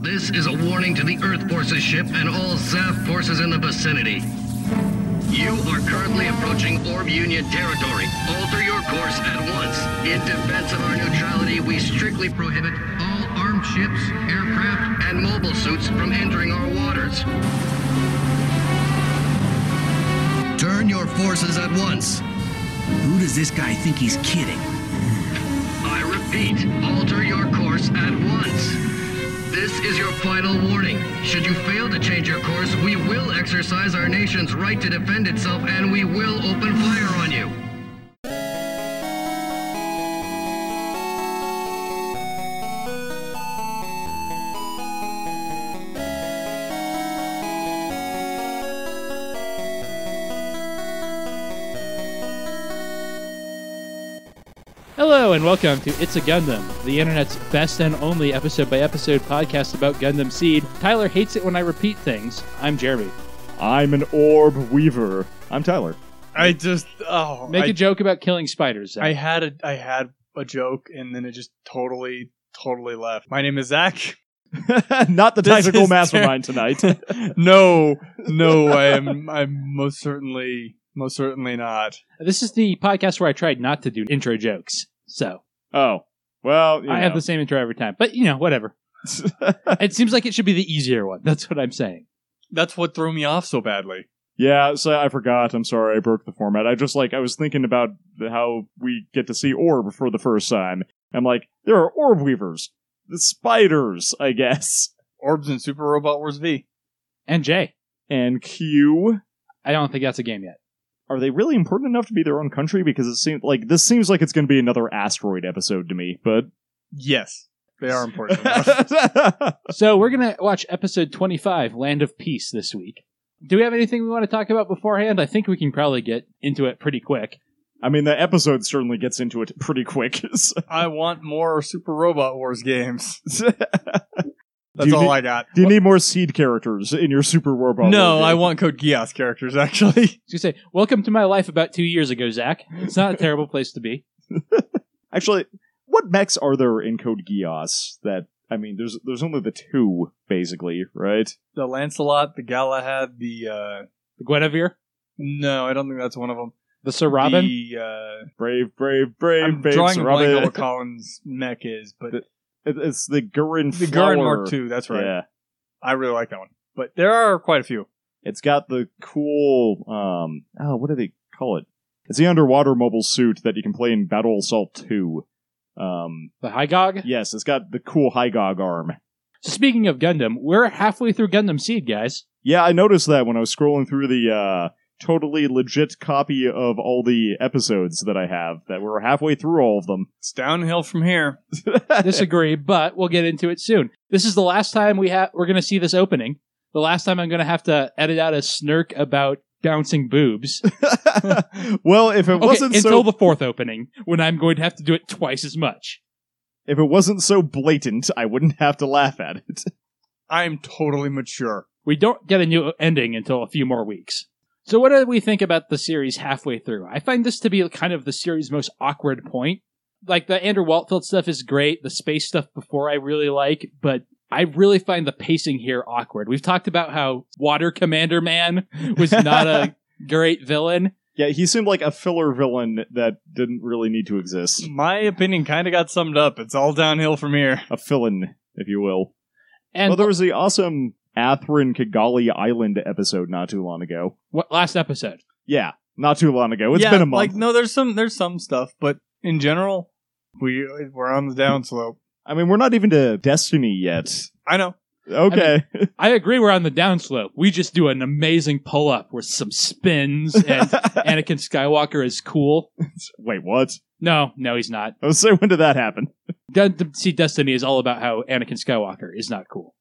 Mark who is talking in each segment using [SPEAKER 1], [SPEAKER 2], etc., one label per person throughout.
[SPEAKER 1] This is a warning to the Earth Forces ship and all ZAF forces in the vicinity. You are currently approaching Orb Union territory. Alter your course at once. In defense of our neutrality, we strictly prohibit all armed ships, aircraft, and mobile suits from entering our waters. Turn your forces at once.
[SPEAKER 2] Who does this guy think he's kidding?
[SPEAKER 1] I repeat, alter your course at once. This is your final warning. Should you fail to change your course, we will exercise our nation's right to defend itself and we will open fire on you.
[SPEAKER 3] Hello and welcome to It's a Gundam, the internet's best and only episode by episode podcast about Gundam Seed. Tyler hates it when I repeat things. I'm Jeremy.
[SPEAKER 4] I'm an orb weaver. I'm Tyler.
[SPEAKER 5] I just oh
[SPEAKER 3] Make
[SPEAKER 5] I,
[SPEAKER 3] a joke about killing spiders. Zach.
[SPEAKER 5] I had a I had a joke and then it just totally totally left. My name is Zach.
[SPEAKER 4] Not the
[SPEAKER 5] This
[SPEAKER 4] tactical
[SPEAKER 5] is
[SPEAKER 4] mastermind tonight.
[SPEAKER 5] No, no, I am I'm most certainly most certainly not.
[SPEAKER 3] this is the podcast where I tried not to do intro jokes. So
[SPEAKER 4] oh, well, you
[SPEAKER 3] I have
[SPEAKER 4] know.
[SPEAKER 3] the same intro every time. But you know, whatever. it seems like it should be the easier one. That's what I'm saying.
[SPEAKER 5] That's what threw me off so badly.
[SPEAKER 4] yeah. So I forgot. I'm sorry. I broke the format. I just like I was thinking about how we get to see orb for the first time. I'm like, there are orb weavers, the spiders, I guess,
[SPEAKER 5] Orbs and Super Robot Wars V.
[SPEAKER 3] And Jay.
[SPEAKER 4] and Q.
[SPEAKER 3] I don't think that's a game yet.
[SPEAKER 4] Are they really important enough to be their own country? Because it seems like this seems like it's going to be another asteroid episode to me. But
[SPEAKER 5] Yes, they are important.
[SPEAKER 3] So we're gonna watch episode 25, Land of Peace, this week. Do we have anything we want to talk about beforehand? I think we can probably get into it pretty quick.
[SPEAKER 4] I mean, the episode certainly gets into it pretty quick. so-
[SPEAKER 5] I want more Super Robot Wars games. That's
[SPEAKER 4] you
[SPEAKER 5] all
[SPEAKER 4] need-
[SPEAKER 5] I got.
[SPEAKER 4] Do you need more seed characters in your Super War Bubble?
[SPEAKER 5] No, I want Code Geass characters actually.
[SPEAKER 3] I was gonna say, welcome to my life about two years ago, Zach. It's not a terrible place to be.
[SPEAKER 4] Actually, what mechs are there in Code Geass? That I mean, there's there's only the two basically, right?
[SPEAKER 5] The Lancelot, the Galahad, the uh
[SPEAKER 3] The Guinevere,
[SPEAKER 5] no, I don't think that's one of them.
[SPEAKER 3] the Sir Robin.
[SPEAKER 5] The uh
[SPEAKER 4] Brave, brave, brave,
[SPEAKER 5] I'm
[SPEAKER 4] babes,
[SPEAKER 5] drawing a blank on
[SPEAKER 4] Robin.
[SPEAKER 5] what Colin's mech is, but
[SPEAKER 4] The- It- It's the Gurren.
[SPEAKER 5] the
[SPEAKER 4] Flower.
[SPEAKER 5] Gurren Mark II, that's right.
[SPEAKER 4] Yeah,
[SPEAKER 5] I really like that one. But there are quite a few.
[SPEAKER 4] it's got the cool. Um, oh, what do they call it? It's the underwater mobile suit that you can play in Battle Assault Two. Um,
[SPEAKER 3] the Hygog.
[SPEAKER 4] yes, it's got the cool Hygog arm.
[SPEAKER 3] So speaking of Gundam, we're halfway through Gundam Seed, guys.
[SPEAKER 4] Yeah, I noticed that when I was scrolling through the uh, totally legit copy of all the episodes that I have, that we're halfway through all of them.
[SPEAKER 5] It's downhill from here.
[SPEAKER 3] Disagree, but we'll get into it soon. This is the last time we have we're gonna see this opening. The last time I'm gonna have to edit out a snark about bouncing boobs.
[SPEAKER 4] well, if it
[SPEAKER 3] Okay,
[SPEAKER 4] wasn't
[SPEAKER 3] until
[SPEAKER 4] so
[SPEAKER 3] the fourth opening, when I'm going to have to do it twice as much.
[SPEAKER 4] if it wasn't so blatant, I wouldn't have to laugh at it.
[SPEAKER 5] I'm totally mature.
[SPEAKER 3] We don't get a new ending until a few more weeks. So, what do we think about the series halfway through? I find this to be kind of the series' most awkward point. Like, the Andrew Waltfeld stuff is great, the space stuff before I really like, but I really find the pacing here awkward. We've talked about how Water Commander Man was not a great villain.
[SPEAKER 4] Yeah, he seemed like a filler villain that didn't really need to exist.
[SPEAKER 5] My opinion kind of got summed up. It's all downhill from here.
[SPEAKER 4] A villain, if you will.
[SPEAKER 3] And
[SPEAKER 4] well, there was the awesome Atherin Kigali Island episode not too long ago.
[SPEAKER 3] what, last episode.
[SPEAKER 4] Yeah, not too long ago. It's
[SPEAKER 5] Yeah,
[SPEAKER 4] been a month.
[SPEAKER 5] Like no, there's some there's some stuff, but in general, we we're on the downslope.
[SPEAKER 4] I mean, we're not even to Destiny yet.
[SPEAKER 5] I know.
[SPEAKER 4] Okay.
[SPEAKER 3] I agree we're on the downslope. We just do an amazing pull up with some spins, and Anakin Skywalker is cool.
[SPEAKER 4] Wait, what?
[SPEAKER 3] No, no, he's not.
[SPEAKER 4] I was saying, when did that happen?
[SPEAKER 3] Gundam Seed Destiny is all about how Anakin Skywalker is not cool.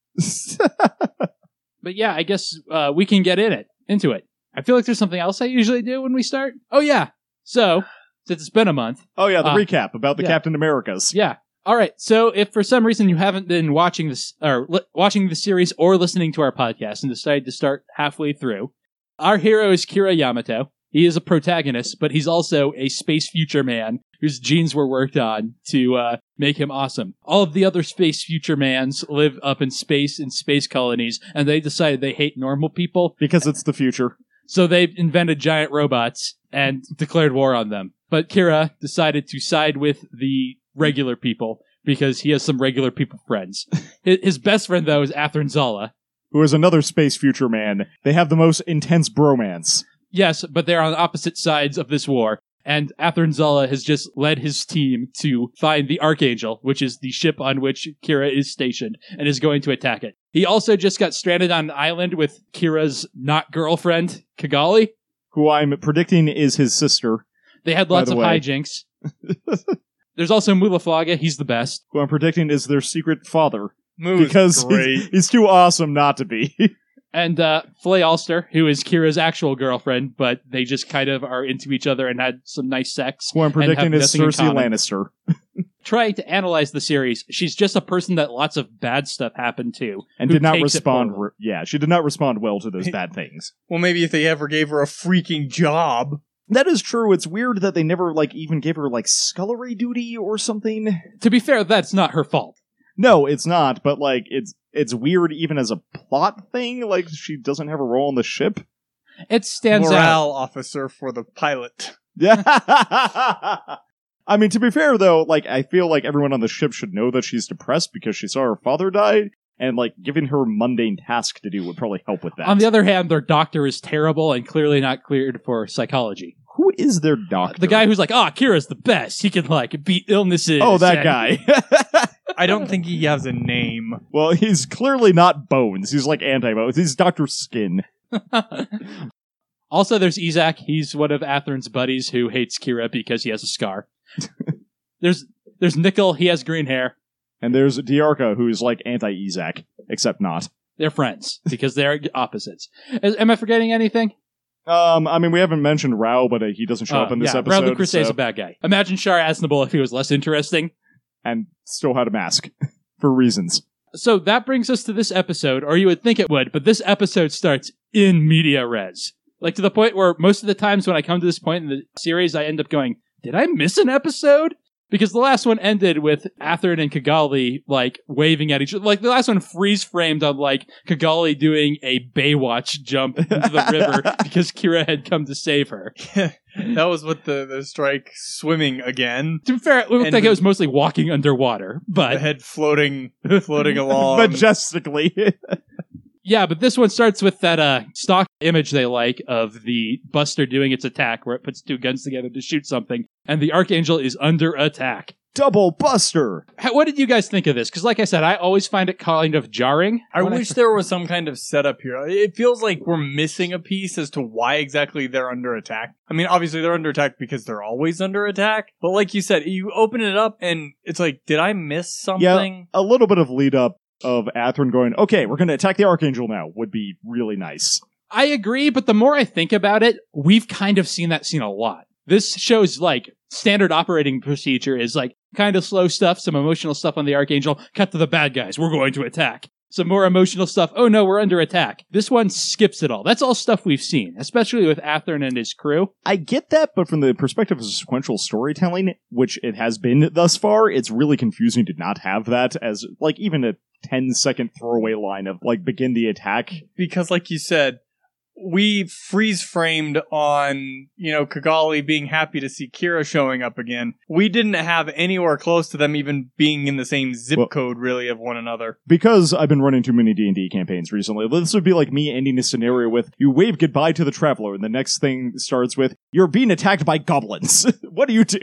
[SPEAKER 3] But yeah, I guess uh, we can get in it into it. I feel like there's something else I usually do when we start. Oh yeah. So since it's been a month,
[SPEAKER 4] oh yeah, the
[SPEAKER 3] Uh,
[SPEAKER 4] recap about the
[SPEAKER 3] yeah.
[SPEAKER 4] Captain Americas.
[SPEAKER 3] yeah. All right. So if for some reason you haven't been watching this or li- watching the series or listening to our podcast and decided to start halfway through, our hero is Kira Yamato. He is a protagonist, but he's also a space future man whose genes were worked on to uh, make him awesome. All of the other space future mans live up in space in space colonies, and they decided they hate normal people,
[SPEAKER 4] because it's the future.
[SPEAKER 3] so they invented giant robots and declared war on them. But Kira decided to side with the regular people because he has some regular people friends. Hi- His best friend, though, is Athrun Zala.
[SPEAKER 4] Who is another space future man? They have the most intense bromance.
[SPEAKER 3] Yes, but they're on opposite sides of this war. And Athrun Zala has just led his team to find the Archangel, which is the ship on which Kira is stationed, and is going to attack it. He also just got stranded on an island with Kira's not girlfriend, Kigali.
[SPEAKER 4] Who I'm predicting is his sister.
[SPEAKER 3] They had
[SPEAKER 4] By
[SPEAKER 3] lots
[SPEAKER 4] the
[SPEAKER 3] of
[SPEAKER 4] way.
[SPEAKER 3] hijinks. There's also Mulafaga. He's the best.
[SPEAKER 4] Who I'm predicting is their secret father.
[SPEAKER 5] Moo is
[SPEAKER 4] Because he's,
[SPEAKER 5] great.
[SPEAKER 4] he's too awesome not to be.
[SPEAKER 3] And uh, Flay Alster, who is Kira's actual girlfriend, but they just kind of are into each other and had some nice sex.
[SPEAKER 4] Who I'm predicting is
[SPEAKER 3] nothing in
[SPEAKER 4] Cersei
[SPEAKER 3] common.
[SPEAKER 4] Lannister.
[SPEAKER 3] Try to analyze the series. She's just a person that lots of bad stuff happened to.
[SPEAKER 4] And
[SPEAKER 3] who
[SPEAKER 4] did not
[SPEAKER 3] takes it
[SPEAKER 4] respond.
[SPEAKER 3] forward.
[SPEAKER 4] re- yeah, she did not respond well to those bad things.
[SPEAKER 5] Well, maybe if they ever gave her a freaking job.
[SPEAKER 4] That is true. It's weird that they never like even gave her like scullery duty or something.
[SPEAKER 3] To be fair, that's not her fault.
[SPEAKER 4] No, it's not. But like, it's it's weird even as a plot thing. Like, she doesn't have a role on the ship.
[SPEAKER 3] It stands out.
[SPEAKER 5] morale officer for the pilot.
[SPEAKER 4] Yeah. I mean, to be fair though, like I feel like everyone on the ship should know that she's depressed because she saw her father die, and like giving her a mundane task to do would probably help with that.
[SPEAKER 3] On the other hand, their doctor is terrible and clearly not cleared for psychology.
[SPEAKER 4] who is their doctor?
[SPEAKER 3] The guy who's like, "Ah, Kira's the best. He can like beat illnesses."
[SPEAKER 4] Oh, that
[SPEAKER 3] and-
[SPEAKER 4] guy.
[SPEAKER 5] I don't think he has a name.
[SPEAKER 4] Well, he's clearly not Bones. He's like anti Bones. He's Dr. Skin.
[SPEAKER 3] also, there's Izak. He's one of Athrun's buddies who hates Kira because he has a scar. there's there's Nickel. He has green hair.
[SPEAKER 4] And there's Diarca, who's like anti Ezak, except not.
[SPEAKER 3] They're friends because they're opposites. Is- am I forgetting anything?
[SPEAKER 4] Um, I mean, we haven't mentioned Rao, but uh, he doesn't show
[SPEAKER 3] Uh,
[SPEAKER 4] up in this
[SPEAKER 3] yeah,
[SPEAKER 4] episode.
[SPEAKER 3] Radu Crusade is
[SPEAKER 4] so-
[SPEAKER 3] a bad guy. Imagine Shar Aznable if he was less interesting.
[SPEAKER 4] and still had a mask for reasons.
[SPEAKER 3] So that brings us to this episode, or you would think it would, but this episode starts in media res. Like to the point where most of the times when I come to this point in the series, I end up going, Did I miss an episode? Because the last one ended with Atherin and Kigali like waving at each other. Like the last one freeze framed on like Kigali doing a Baywatch jump into the river because Kira had come to save her.
[SPEAKER 5] That was with the, the strike swimming again.
[SPEAKER 3] To be fair, it looked
[SPEAKER 5] And
[SPEAKER 3] like
[SPEAKER 5] the-
[SPEAKER 3] it was mostly walking underwater,
[SPEAKER 5] The
[SPEAKER 3] but
[SPEAKER 5] head floating floating along.
[SPEAKER 4] Majestically.
[SPEAKER 3] yeah, but this one starts with that uh, stock image they like of the Buster doing its attack, where it puts two guns together to shoot something, and the Archangel is under attack.
[SPEAKER 4] Double Buster!
[SPEAKER 3] How, what did you guys think of this? Because, like I said, I always find it kind of jarring.
[SPEAKER 5] I
[SPEAKER 3] when
[SPEAKER 5] wish there was some kind of setup here. It feels like we're missing a piece as to why exactly they're under attack. I mean, obviously they're under attack because they're always under attack. But like you said, you open it up and it's like, did I miss something?
[SPEAKER 4] A little bit of lead up of Athrun going, okay, we're going to attack the Archangel now would be really nice.
[SPEAKER 3] I agree, but the more I think about it, we've kind of seen that scene a lot. This show's like standard operating procedure is like kind of slow stuff, some emotional stuff on the Archangel, cut to the bad guys, we're going to attack. Some more emotional stuff, oh no, we're under attack. This one skips it all. That's all stuff we've seen, especially with Athern and his crew.
[SPEAKER 4] I get that, but from the perspective of sequential storytelling, which it has been thus far, it's really confusing to not have that as, like, even a 10 second throwaway line of, like, begin the attack.
[SPEAKER 5] because like you said we freeze framed on you know kigali being happy to see kira showing up again we didn't have anywhere close to them even being in the same zip
[SPEAKER 4] Well-
[SPEAKER 5] code really of one another
[SPEAKER 4] Because I've been running too many D&D campaigns recently, this would be like me ending a scenario with, you wave goodbye to the traveler, and the next thing starts with, you're being attacked by goblins. what do you do?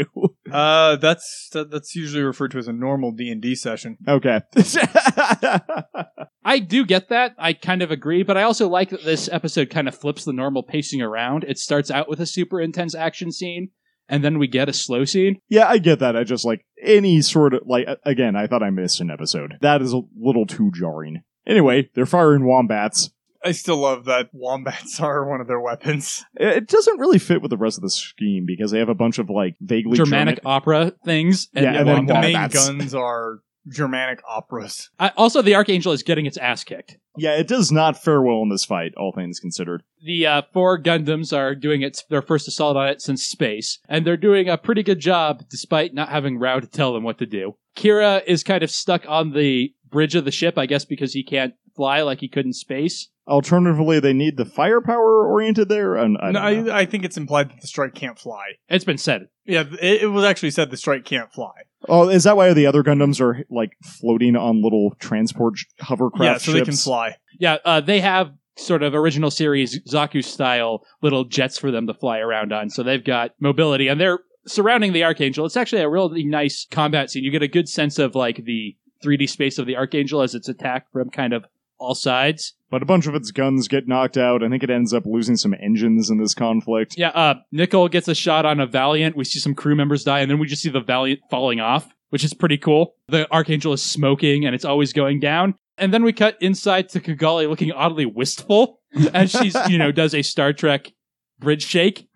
[SPEAKER 5] uh that's that, that's usually referred to as a normal d&d session
[SPEAKER 4] Okay.
[SPEAKER 3] I do get that. I kind of agree, but I also like that this episode kind of flips the normal pacing around. It starts out with a super intense action scene, and then we get a slow scene.
[SPEAKER 4] yeah, I get that. I just like any sort of like a- again, I thought I missed an episode. That is a little too jarring. Anyway, they're firing wombats.
[SPEAKER 5] i still love that wombats are one of their weapons
[SPEAKER 4] It it doesn't really fit with the rest of the scheme because they have a bunch of like vaguely
[SPEAKER 3] Germanic opera things.
[SPEAKER 4] Yeah, and
[SPEAKER 5] Well,
[SPEAKER 4] then
[SPEAKER 5] the main
[SPEAKER 4] wombats.
[SPEAKER 5] guns are Germanic operas.
[SPEAKER 3] I, also, the Archangel is getting its ass kicked.
[SPEAKER 4] Yeah, it does not fare well in this fight, all things considered.
[SPEAKER 3] the uh, four Gundams are doing its their first assault on it since space, and they're doing a pretty good job despite not having Rao to tell them what to do. Kira is kind of stuck on the bridge of the ship, I guess, because he can't fly like he could in space.
[SPEAKER 4] Alternatively, they need the firepower oriented there. And I,
[SPEAKER 5] No,
[SPEAKER 4] don't know.
[SPEAKER 5] I, I think it's implied that the strike can't fly.
[SPEAKER 3] It's been said.
[SPEAKER 5] Yeah, it, it was actually said the strike can't fly.
[SPEAKER 4] oh, is that why the other Gundams are like floating on little transport sh- hovercraft
[SPEAKER 5] yeah, so they can
[SPEAKER 4] ships?
[SPEAKER 5] fly.
[SPEAKER 3] Yeah, uh, they have sort of original series Zaku style little jets for them to fly around on, so they've got mobility, and they're surrounding the Archangel. It's actually a really nice combat scene. You get a good sense of like the 3D space of the Archangel as it's attacked from kind of all sides.
[SPEAKER 4] But a bunch of its guns get knocked out. I think it ends up losing some engines in this conflict.
[SPEAKER 3] Yeah, uh, Nickel gets a shot on a Valiant. We see some crew members die, and then we just see the Valiant falling off, which is pretty cool. The Archangel is smoking, and it's always going down. And then we cut inside to Kigali looking oddly wistful as she's, you know, does a Star Trek bridge shake.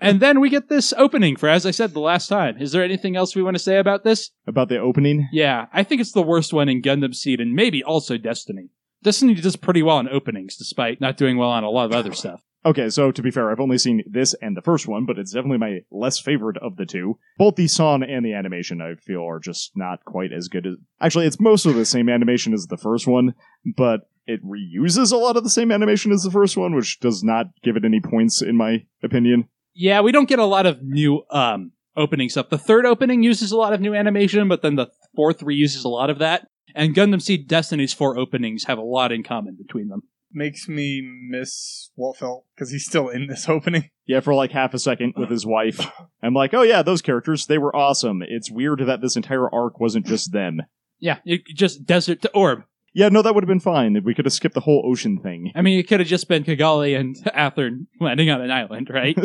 [SPEAKER 3] And then we get this opening for, as I said the last time. Is there anything else we want to say about this?
[SPEAKER 4] About the opening,
[SPEAKER 3] Yeah, I think it's the worst one in Gundam Seed and maybe also Destiny. Destiny does pretty well in openings, despite not doing well on a lot of other stuff.
[SPEAKER 4] Okay, so to be fair, I've only seen this and the first one, but it's definitely my less favorite of the two. Both the song and the animation, I feel, are just not quite as good as. Actually, it's mostly the same animation as the first one, but it reuses a lot of the same animation as the first one, which does not give it any points, in my opinion.
[SPEAKER 3] Yeah, we don't get a lot of new um, opening stuff. The third opening uses a lot of new animation, but then the fourth reuses a lot of that. And Gundam Seed Destiny's four openings have a lot in common between them.
[SPEAKER 5] Makes me miss Waltfeld because he's still in this opening.
[SPEAKER 4] Yeah, for like half a second with his wife, I'm like, oh yeah, those characters, they were awesome. It's weird that this entire arc wasn't just them.
[SPEAKER 3] Yeah, it just desert to orb.
[SPEAKER 4] Yeah, no, that would have been fine. We could have skipped the whole ocean thing.
[SPEAKER 3] I mean, it could have just been Kigali and Athern landing on an island, right?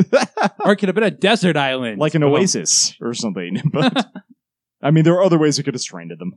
[SPEAKER 3] or it could have been a desert island,
[SPEAKER 4] like an
[SPEAKER 3] Well,
[SPEAKER 4] oasis or something. But I mean, there are other ways it could have stranded them.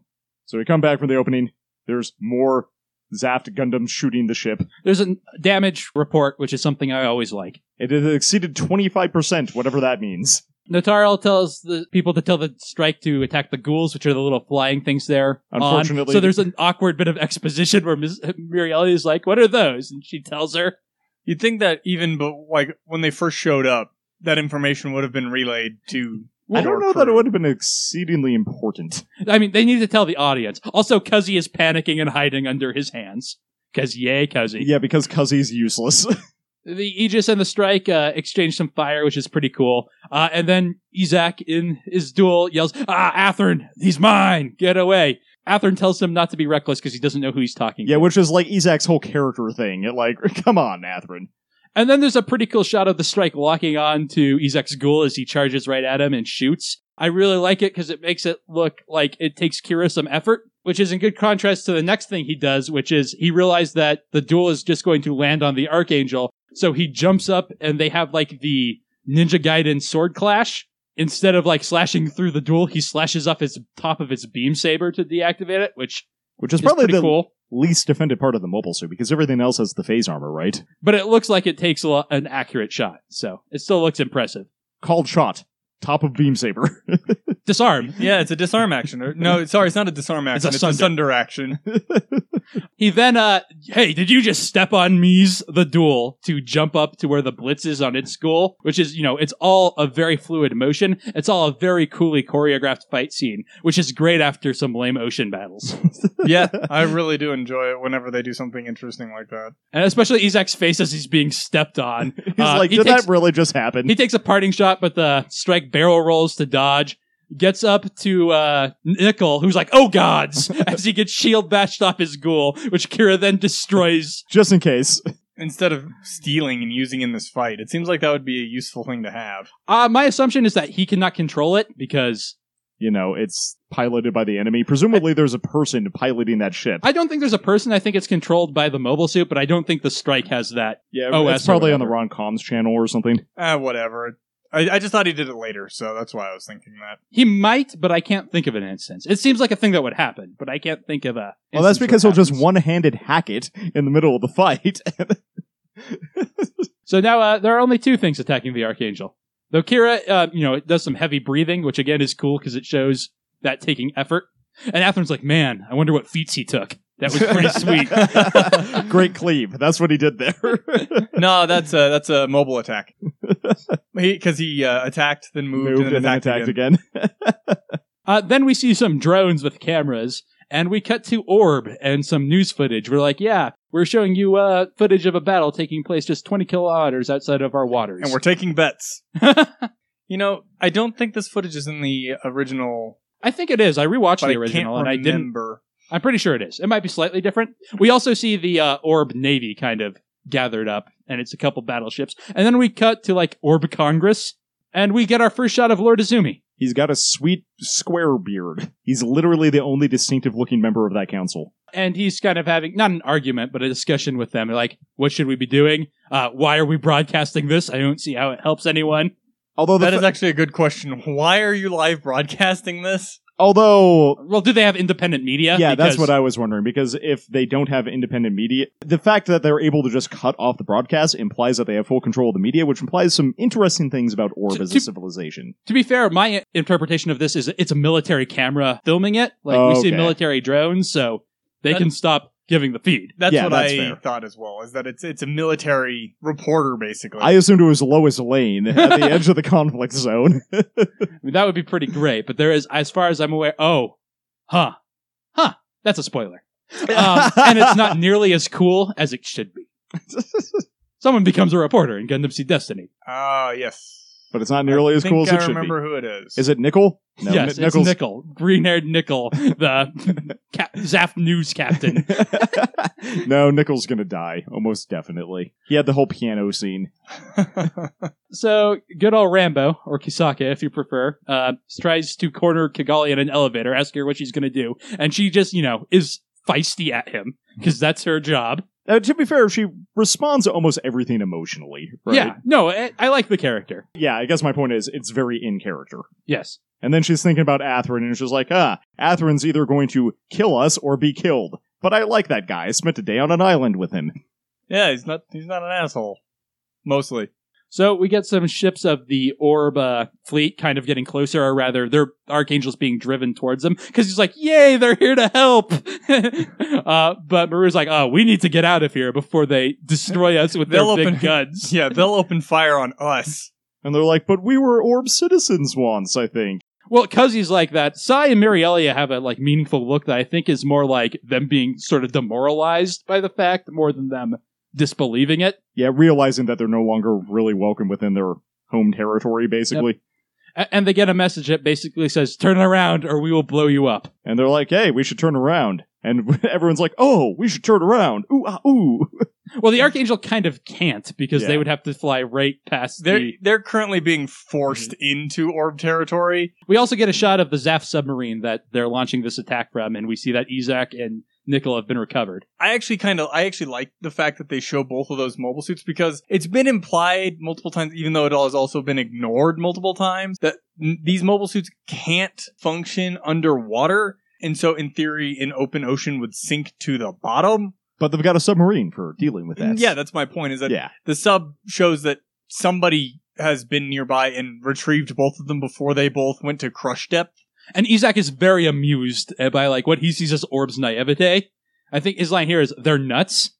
[SPEAKER 4] So we come back from the opening. There's more Zaft Gundam shooting the ship.
[SPEAKER 3] There's a damage report, which is something I always like.
[SPEAKER 4] It has exceeded 25%, whatever that means.
[SPEAKER 3] Notarl tells the people to tell the strike to attack the ghouls, which are the little flying things there. on.
[SPEAKER 4] Unfortunately-
[SPEAKER 3] so there's an awkward bit of exposition where Ms. Muriel is like, "What are those?" and she tells her.
[SPEAKER 5] You'd think that even, but like when they first showed up, that information would have been relayed to.
[SPEAKER 4] I don't
[SPEAKER 5] your
[SPEAKER 4] know that it
[SPEAKER 5] crew.
[SPEAKER 4] would have been exceedingly important.
[SPEAKER 3] I mean, they need to tell the audience. Also, Cuzzy is panicking and hiding under his hands. Cause yay, Cuzzy.
[SPEAKER 4] Yeah, because Cuzzy's useless.
[SPEAKER 3] The Aegis and the Strike uh, exchange some fire, which is pretty cool. Uh, and then Izak, in his duel, yells, "Ah, Athern, he's mine! Get away!" Athern tells him not to be reckless because he doesn't know who he's talking
[SPEAKER 4] yeah,
[SPEAKER 3] to.
[SPEAKER 4] which is like Isaac's whole character thing. It like, come on, Atherin.
[SPEAKER 3] And then there's a pretty cool shot of the strike locking on to Izak's ghoul as he charges right at him and shoots. I really like it because it makes it look like it takes Kira some effort, which is in good contrast to the next thing he does, which is he realized that the duel is just going to land on the Archangel. So he jumps up and they have like the Ninja Gaiden sword clash. Instead of like slashing through the duel, he slashes off his top of his beam saber to deactivate it, which
[SPEAKER 4] Which is
[SPEAKER 3] is
[SPEAKER 4] probably
[SPEAKER 3] pretty
[SPEAKER 4] the
[SPEAKER 3] cool.
[SPEAKER 4] least defended part of the mobile suit because everything else has the phase armor, right?
[SPEAKER 3] But it looks like it takes a lo- an accurate shot. So it still looks impressive.
[SPEAKER 4] Called shot. Top of beam saber.
[SPEAKER 3] Disarm.
[SPEAKER 5] Yeah, it's a disarm action. or- No, sorry, it's not a disarm action. It's a,
[SPEAKER 3] sunder.
[SPEAKER 5] sunder action.
[SPEAKER 3] He then, uh, hey, did you just step on me's the duel to jump up to where the blitz is on its goal? Which is, you know, it's all a very fluid motion. It's all a very coolly choreographed fight scene, which is great after some lame ocean battles.
[SPEAKER 5] yeah, I really do enjoy it whenever they do something interesting like that.
[SPEAKER 3] and especially Isaac's face as he's being stepped on.
[SPEAKER 4] He's
[SPEAKER 3] Uh,
[SPEAKER 4] like,
[SPEAKER 3] he
[SPEAKER 4] did
[SPEAKER 3] takes-
[SPEAKER 4] that really just happen?
[SPEAKER 3] He takes a parting shot, but the strike barrel rolls to dodge. Gets up to uh, Nickel, who's like, "Oh gods!" as he gets shield bashed off his ghoul, which Kira then destroys
[SPEAKER 4] just in case.
[SPEAKER 5] Instead of stealing and using in this fight, it seems like that would be a useful thing to have.
[SPEAKER 3] Uh, my assumption is that he cannot control it because
[SPEAKER 4] you know, it's piloted by the enemy. Presumably, there's a person piloting that ship.
[SPEAKER 3] I don't think there's a person. I think it's controlled by the mobile suit, but I don't think the strike has that.
[SPEAKER 4] yeah,
[SPEAKER 3] Oh,
[SPEAKER 4] it's
[SPEAKER 3] that's
[SPEAKER 4] probably
[SPEAKER 3] or
[SPEAKER 4] on the Ron Comms channel or something.
[SPEAKER 5] Ah, whatever. I, I just thought he did it later, so that's why I was thinking that.
[SPEAKER 3] He might, but I can't think of an instance. It seems like a thing that would happen, but I can't think of a.
[SPEAKER 4] Well,
[SPEAKER 3] instance
[SPEAKER 4] that's because
[SPEAKER 3] where
[SPEAKER 4] he'll
[SPEAKER 3] it
[SPEAKER 4] just
[SPEAKER 3] happens.
[SPEAKER 4] one-handed hack it in the middle of the fight.
[SPEAKER 3] So now uh, there are only two things attacking the archangel. Though Kira, uh, you know, it does some heavy breathing, which again is cool because it shows that taking effort. And Atherin's like, man, I wonder what feats he took. That was pretty sweet.
[SPEAKER 4] Great cleave. That's what he did there.
[SPEAKER 5] no, that's a that's a mobile attack. Because he, uh, attacked, then moved,
[SPEAKER 4] Moved
[SPEAKER 5] and then attacked, again.
[SPEAKER 4] again.
[SPEAKER 3] Uh, then we see some drones with cameras, and we cut to Orb and some news footage. We're like, yeah, we're showing you uh, footage of a battle taking place just 20 kilometers outside of our waters.
[SPEAKER 5] And we're taking bets. you know, I don't think this footage is in the original.
[SPEAKER 3] I think it is. I rewatched
[SPEAKER 5] But
[SPEAKER 3] the
[SPEAKER 5] I
[SPEAKER 3] original, and
[SPEAKER 5] can't
[SPEAKER 3] I didn't.
[SPEAKER 5] remember.
[SPEAKER 3] I'm pretty sure it is. It might be slightly different. We also see the uh, Orb Navy kind of gathered up, and it's a couple battleships. And then we cut to like Orb Congress, and we get our first shot of Lord Azumi.
[SPEAKER 4] He's got a sweet square beard. He's literally the only distinctive looking member of that council.
[SPEAKER 3] And he's kind of having not an argument, but a discussion with them. Like, what should we be doing? Uh, why are we broadcasting this? I don't see how it helps anyone.
[SPEAKER 4] Although the
[SPEAKER 5] That is
[SPEAKER 4] fa-
[SPEAKER 5] actually a good question. Why are you live broadcasting this?
[SPEAKER 4] although
[SPEAKER 3] Well, do they have independent media?
[SPEAKER 4] yeah, that's
[SPEAKER 3] Because-
[SPEAKER 4] what I was wondering because if they don't have independent media, the fact that they're able to just cut off the broadcast implies that they have full control of the media, which implies some interesting things about Orb
[SPEAKER 3] To-
[SPEAKER 4] as a
[SPEAKER 3] to-
[SPEAKER 4] civilization.
[SPEAKER 3] To be fair, my interpretation of this is it's a military camera filming it. Like we see
[SPEAKER 4] Okay.
[SPEAKER 3] military drones, so they
[SPEAKER 5] That-
[SPEAKER 3] can stop giving the feed.
[SPEAKER 5] That's
[SPEAKER 4] Yeah,
[SPEAKER 5] what
[SPEAKER 4] that's
[SPEAKER 5] I
[SPEAKER 4] fair.
[SPEAKER 5] thought as well. Is that it's it's a military reporter basically.
[SPEAKER 4] I assumed it was Lois Lane at the edge of the conflict zone.
[SPEAKER 3] I mean, that would be pretty great. But there is, as far as I'm aware, oh, huh, huh. That's a spoiler, um, and it's not nearly as cool as it should be. Someone becomes a reporter in Gundam Seed Destiny.
[SPEAKER 5] Ah, yes.
[SPEAKER 4] but it's not nearly
[SPEAKER 5] I
[SPEAKER 4] as cool as
[SPEAKER 5] think
[SPEAKER 4] it
[SPEAKER 5] I
[SPEAKER 4] should be.
[SPEAKER 5] remember who it is.
[SPEAKER 4] Is it Nickel? No,
[SPEAKER 3] yes,
[SPEAKER 4] Ni-
[SPEAKER 3] it's
[SPEAKER 4] Nickel's-
[SPEAKER 3] Nickel, green-haired Nickel, the cap- Zaf news captain.
[SPEAKER 4] no, Nickel's gonna die almost definitely. He had the whole piano scene.
[SPEAKER 3] So, good old Rambo, or Kisaka if you prefer, uh, tries to corner Kigali in an elevator, asking her what she's going to do. And she just, you know, is feisty at him because that's her job.
[SPEAKER 4] Uh, to be fair, she responds to almost everything emotionally. Right?
[SPEAKER 3] Yeah. No, I, I like the character.
[SPEAKER 4] Yeah, I guess my point is it's very in character.
[SPEAKER 3] Yes.
[SPEAKER 4] And then she's thinking about Atherin and she's like, ah, Atherin's either going to kill us or be killed. But I like that guy. I spent a day on an island with him.
[SPEAKER 5] yeah, he's not he's not an asshole. Mostly.
[SPEAKER 3] So, we get some ships of the Orb uh, fleet kind of getting closer, or rather, their Archangel's being driven towards them because he's like, Yay, they're here to help. uh, but Maru's like, Oh, we need to get out of here before they destroy us with their
[SPEAKER 5] They'll
[SPEAKER 3] big
[SPEAKER 5] open-
[SPEAKER 3] guns.
[SPEAKER 5] Yeah, they'll open fire on us.
[SPEAKER 4] And they're like, but we were orb citizens once, I think.
[SPEAKER 3] Well, because he's like that. Sai and Mirielia have a like meaningful look that I think is more like them being sort of demoralized by the fact more than them disbelieving it.
[SPEAKER 4] Yeah, realizing that they're no longer really welcome within their home territory, basically.
[SPEAKER 3] A- and they get a message that basically says, "Turn around, or we will blow you up."
[SPEAKER 4] And they're like, hey, we should turn around. And everyone's like, oh, we should turn around. Ooh, ah, ooh.
[SPEAKER 3] Well, the Archangel kind of can't because they
[SPEAKER 4] Yeah.
[SPEAKER 3] would have to fly right past.
[SPEAKER 5] They're
[SPEAKER 3] The...
[SPEAKER 5] they're currently being forced
[SPEAKER 3] Mm-hmm.
[SPEAKER 5] into orb territory.
[SPEAKER 3] We also get a shot of the Zaf submarine that they're launching this attack from, and we see that Izak and Nickel have been recovered.
[SPEAKER 5] I actually kind of I actually like the fact that they show both of those mobile suits because it's been implied multiple times, even though it all has also been ignored multiple times, that n- these mobile suits can't function underwater, and so in theory, an open ocean would sink to the bottom.
[SPEAKER 4] But they've got a submarine for dealing with that.
[SPEAKER 5] yeah, that's my point. Is that
[SPEAKER 4] yeah.
[SPEAKER 5] the sub shows that somebody has been nearby and retrieved both of them before they both went to crush depth.
[SPEAKER 3] And Izak is very amused uh, by like what he sees as Orb's naivete. I think his line here is, "They're nuts."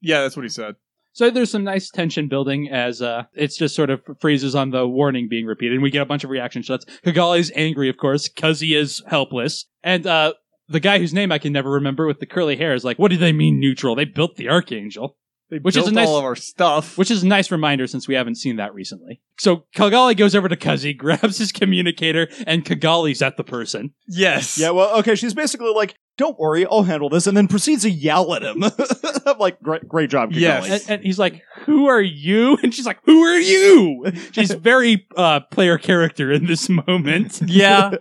[SPEAKER 5] Yeah, that's what he said.
[SPEAKER 3] So there's some nice tension building as uh, it's just sort of freezes on the warning being repeated, and we get a bunch of reaction shots. Kigali's angry, of course, because he is helpless, and uh, the guy whose name I can never remember with the curly hair is like, "What do they mean neutral? They built the Archangel."
[SPEAKER 5] They
[SPEAKER 3] Which is
[SPEAKER 5] built
[SPEAKER 3] a nice-
[SPEAKER 5] all of our stuff.
[SPEAKER 3] Which is a nice reminder since we haven't seen that recently. So Kigali goes over to Cuzzy, grabs his communicator, and Kigali's at the person.
[SPEAKER 5] yes.
[SPEAKER 4] Yeah, well, okay, she's basically like, don't worry, I'll handle this, and then proceeds to yell at him. I'm like, great, great job, Kigali.
[SPEAKER 5] Yes.
[SPEAKER 3] And, and he's like, Who are you? And she's like, Who are you? She's very uh, player character in this moment.
[SPEAKER 5] Yeah.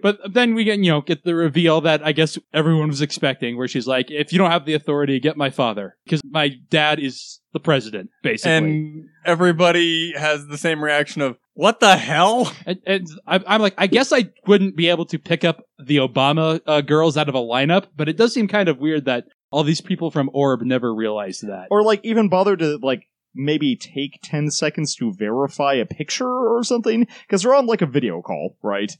[SPEAKER 3] But then we get, you know, get the reveal that I guess everyone was expecting, where she's like, "If you don't have the authority, get my father, because my dad is the president, basically."
[SPEAKER 5] and everybody has the same reaction of what the hell
[SPEAKER 3] And, and, I'm, I'm like, I guess I wouldn't be able to pick up the Obama uh, girls out of a lineup, but it does seem kind of weird that all these people from Orb never realized that.
[SPEAKER 4] or like even bother to like maybe take 10 seconds to verify a picture or something because they're on like a video call right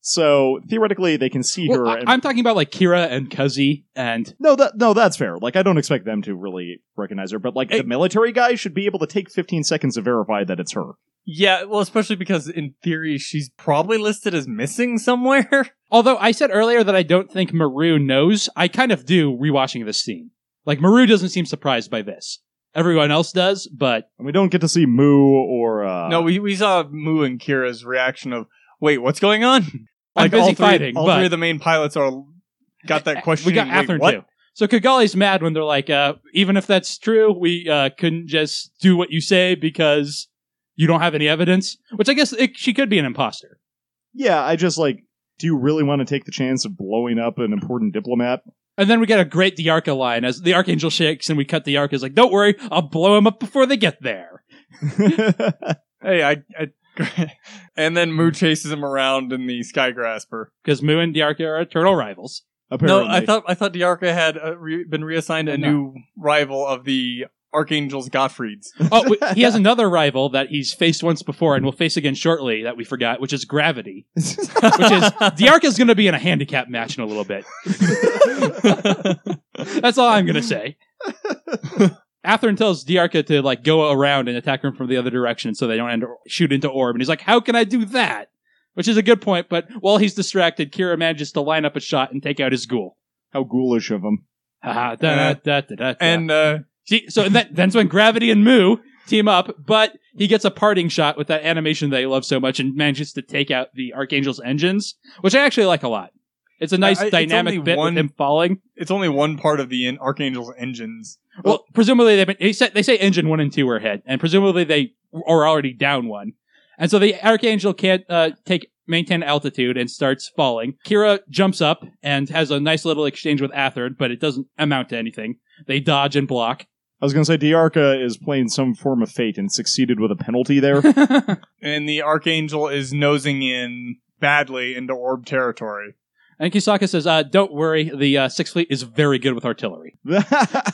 [SPEAKER 4] So theoretically, they can see
[SPEAKER 3] Well,
[SPEAKER 4] her.
[SPEAKER 3] I,
[SPEAKER 4] and-
[SPEAKER 3] I'm talking about like Kira and Kazi and
[SPEAKER 4] no, that no, that's fair. Like I don't expect them to really recognize her, but like
[SPEAKER 5] Hey.
[SPEAKER 4] the military guy should be able to take 15 seconds to verify that it's her.
[SPEAKER 5] Yeah, well, especially because in theory she's probably listed as missing somewhere.
[SPEAKER 3] Although I said earlier that I don't think Maru knows, I kind of do rewatching this scene. Like Maru doesn't seem surprised by this. Everyone else does, but
[SPEAKER 4] And we don't get to see Moo or uh,
[SPEAKER 5] no, we, we saw Moo and Kira's reaction of, "Wait, what's going on?"
[SPEAKER 3] I'm busy
[SPEAKER 5] all three,
[SPEAKER 3] fighting,
[SPEAKER 5] All
[SPEAKER 3] but-
[SPEAKER 5] three of the main pilots are got that question.
[SPEAKER 3] we got
[SPEAKER 5] "Wait,
[SPEAKER 3] Athern
[SPEAKER 5] what?"
[SPEAKER 3] too. So Kigali's mad when they're like, uh, even if that's true, we uh, couldn't just do what you say because you don't have any evidence. Which I guess it, she could be an imposter.
[SPEAKER 4] yeah, I just like. Do you really want to take the chance of blowing up an important diplomat?
[SPEAKER 3] And then we get a great Diarca line as the Archangel shakes and we cut Diarca's like, don't worry, I'll blow him up before they get there.
[SPEAKER 5] Hey, I. I and then Moo chases him around in the Skygrasper.
[SPEAKER 3] Because Mu and Diarca are eternal rivals.
[SPEAKER 4] Apparently,
[SPEAKER 5] No, I thought I thought Diarca had uh, re- been reassigned a
[SPEAKER 3] No.
[SPEAKER 5] new rival of the Archangels Gottfrieds.
[SPEAKER 3] Oh, w- he has another rival that he's faced once before and will face again shortly that we forgot, which is Gravity. Which is Diarca's going to be in a handicap match in a little bit. That's all I'm going to say. Atherin tells Diarca to like go around and attack him from the other direction so they don't end shoot into Orb, and he's like, "How can I do that?" Which is a good point, but while he's distracted, Kira manages to line up a shot and take out his ghoul.
[SPEAKER 4] How ghoulish of him.
[SPEAKER 3] Ha ha, da, da, da, da, da.
[SPEAKER 5] and uh,
[SPEAKER 3] See, so that, that's when Gravity and Moo team up, but he gets a parting shot with that animation that he loves so much and manages to take out the Archangel's engines, which I actually like a lot. It's a nice
[SPEAKER 5] I- it's
[SPEAKER 3] dynamic
[SPEAKER 5] only
[SPEAKER 3] bit
[SPEAKER 5] one-
[SPEAKER 3] with him falling.
[SPEAKER 5] it's only one part of the in- Archangel's engines.
[SPEAKER 3] Well, presumably they've been, they, say, they say engine one and two are hit, and presumably they are already down one. And so the Archangel can't uh, take maintain altitude and starts falling. Kira jumps up and has a nice little exchange with Athard, but it doesn't amount to anything. They dodge and block.
[SPEAKER 4] I was going to say Diarca is playing some form of fate and succeeded with a penalty there.
[SPEAKER 5] And the Archangel is nosing in badly into orb territory.
[SPEAKER 3] And Kisaka says, uh, "Don't worry, the uh, Sixth Fleet is very good with artillery."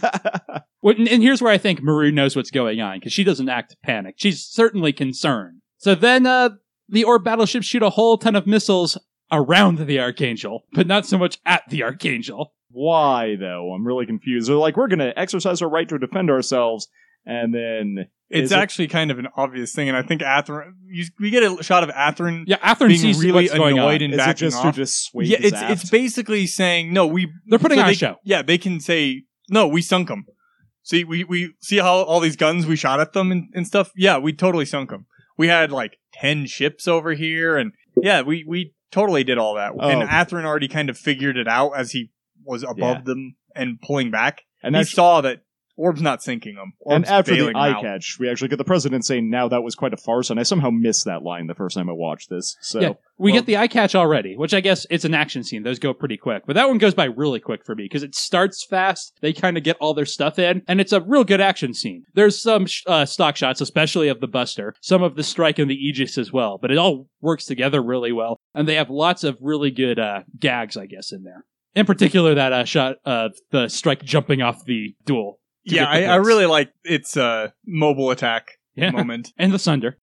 [SPEAKER 3] Wh- And and here's where I think Maru knows what's going on because she doesn't act panicked. She's certainly concerned. So then uh, the orb battleships shoot a whole ton of missiles around the Archangel, but not so much at the Archangel.
[SPEAKER 4] Why though? I'm really confused. They're like, we're going to exercise our right to defend ourselves, and then
[SPEAKER 5] It's
[SPEAKER 4] Is it-
[SPEAKER 5] actually kind of an obvious thing, and I think Atherin. You, we get a shot of Atherin.
[SPEAKER 3] Yeah, Atherin
[SPEAKER 5] Being
[SPEAKER 3] sees
[SPEAKER 5] really
[SPEAKER 3] what's going
[SPEAKER 5] annoyed
[SPEAKER 3] on.
[SPEAKER 5] and
[SPEAKER 4] is it
[SPEAKER 5] backing
[SPEAKER 4] just
[SPEAKER 5] off.
[SPEAKER 4] to dissuade?
[SPEAKER 5] Yeah,
[SPEAKER 4] his
[SPEAKER 5] it's
[SPEAKER 4] act?
[SPEAKER 5] it's basically saying no. We
[SPEAKER 3] They're putting
[SPEAKER 5] so
[SPEAKER 3] on
[SPEAKER 5] they,
[SPEAKER 3] a show.
[SPEAKER 5] Yeah, they can say no. We sunk them. See, we we see how all these guns we shot at them and, and stuff. Yeah, we totally sunk them. We had like ten ships over here, and yeah, we we totally did all that. And
[SPEAKER 4] Oh.
[SPEAKER 5] Atherin already kind of figured it out as he was above
[SPEAKER 4] Yeah.
[SPEAKER 5] them and pulling back.
[SPEAKER 4] and
[SPEAKER 5] he
[SPEAKER 4] actually-
[SPEAKER 5] saw that Orb's not sinking them.
[SPEAKER 4] and
[SPEAKER 5] Orb's
[SPEAKER 4] after the
[SPEAKER 5] bailing 'em
[SPEAKER 4] eye
[SPEAKER 5] out.
[SPEAKER 4] catch, we actually get the president saying, "Now that was quite a farce," and I somehow missed that line the first time I watched this. So
[SPEAKER 3] Yeah. We
[SPEAKER 5] Well-
[SPEAKER 3] get the eye catch already, which I guess it's an action scene. Those go pretty quick, but that one goes by really quick for me because it starts fast. They kind of get all their stuff in, and it's a real good action scene. There's some sh- uh, stock shots, especially of the Buster, some of the Strike and the Aegis as well, but it all works together really well, and they have lots of really good uh, gags, I guess, in there. In particular, that uh, shot of the Strike jumping off the duel. to get
[SPEAKER 5] Yeah,
[SPEAKER 3] the
[SPEAKER 5] I, I
[SPEAKER 3] hits.
[SPEAKER 5] really like its uh, mobile attack
[SPEAKER 3] Yeah.
[SPEAKER 5] moment.
[SPEAKER 3] and the Sunder.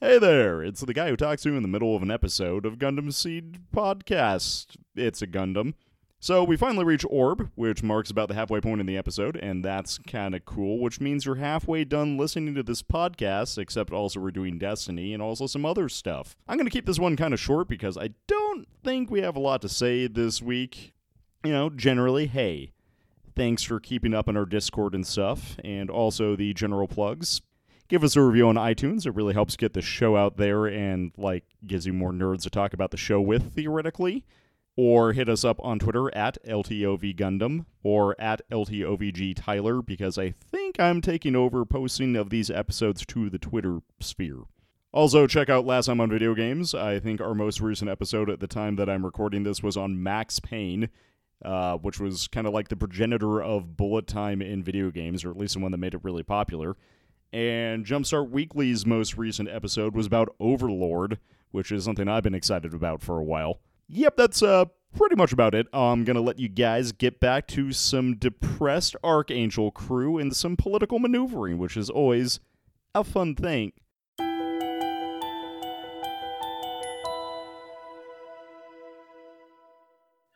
[SPEAKER 6] Hey there, it's the guy who talks to you in the middle of an episode of Gundam Seed Podcast. It's a Gundam. So we finally reach Orb, which marks about the halfway point in the episode, and that's kind of cool, which means you're halfway done listening to this podcast, except also we're doing Destiny and also some other stuff. I'm going to keep this one kind of short because I don't think we have a lot to say this week. You know, generally, hey, thanks for keeping up on our Discord and stuff, and also the general plugs give us a review on iTunes. It really helps get the show out there and like gives you more nerds to talk about the show with theoretically. Or hit us up on Twitter at LTOV Gundam or at LTOVG Tyler because I think I'm taking over posting of these episodes to the Twitter sphere. Also, check out Last Time on Video Games. I think our most recent episode at the time that I'm recording this was on Max Payne, uh, which was kind of like the progenitor of bullet time in video games, or at least the one that made it really popular. And Jumpstart Weekly's most recent episode was about Overlord, which is something I've been excited about for a while. Yep, that's uh, pretty much about it. I'm going to let you guys get back to some depressed Archangel crew and some political maneuvering, which is always a fun thing.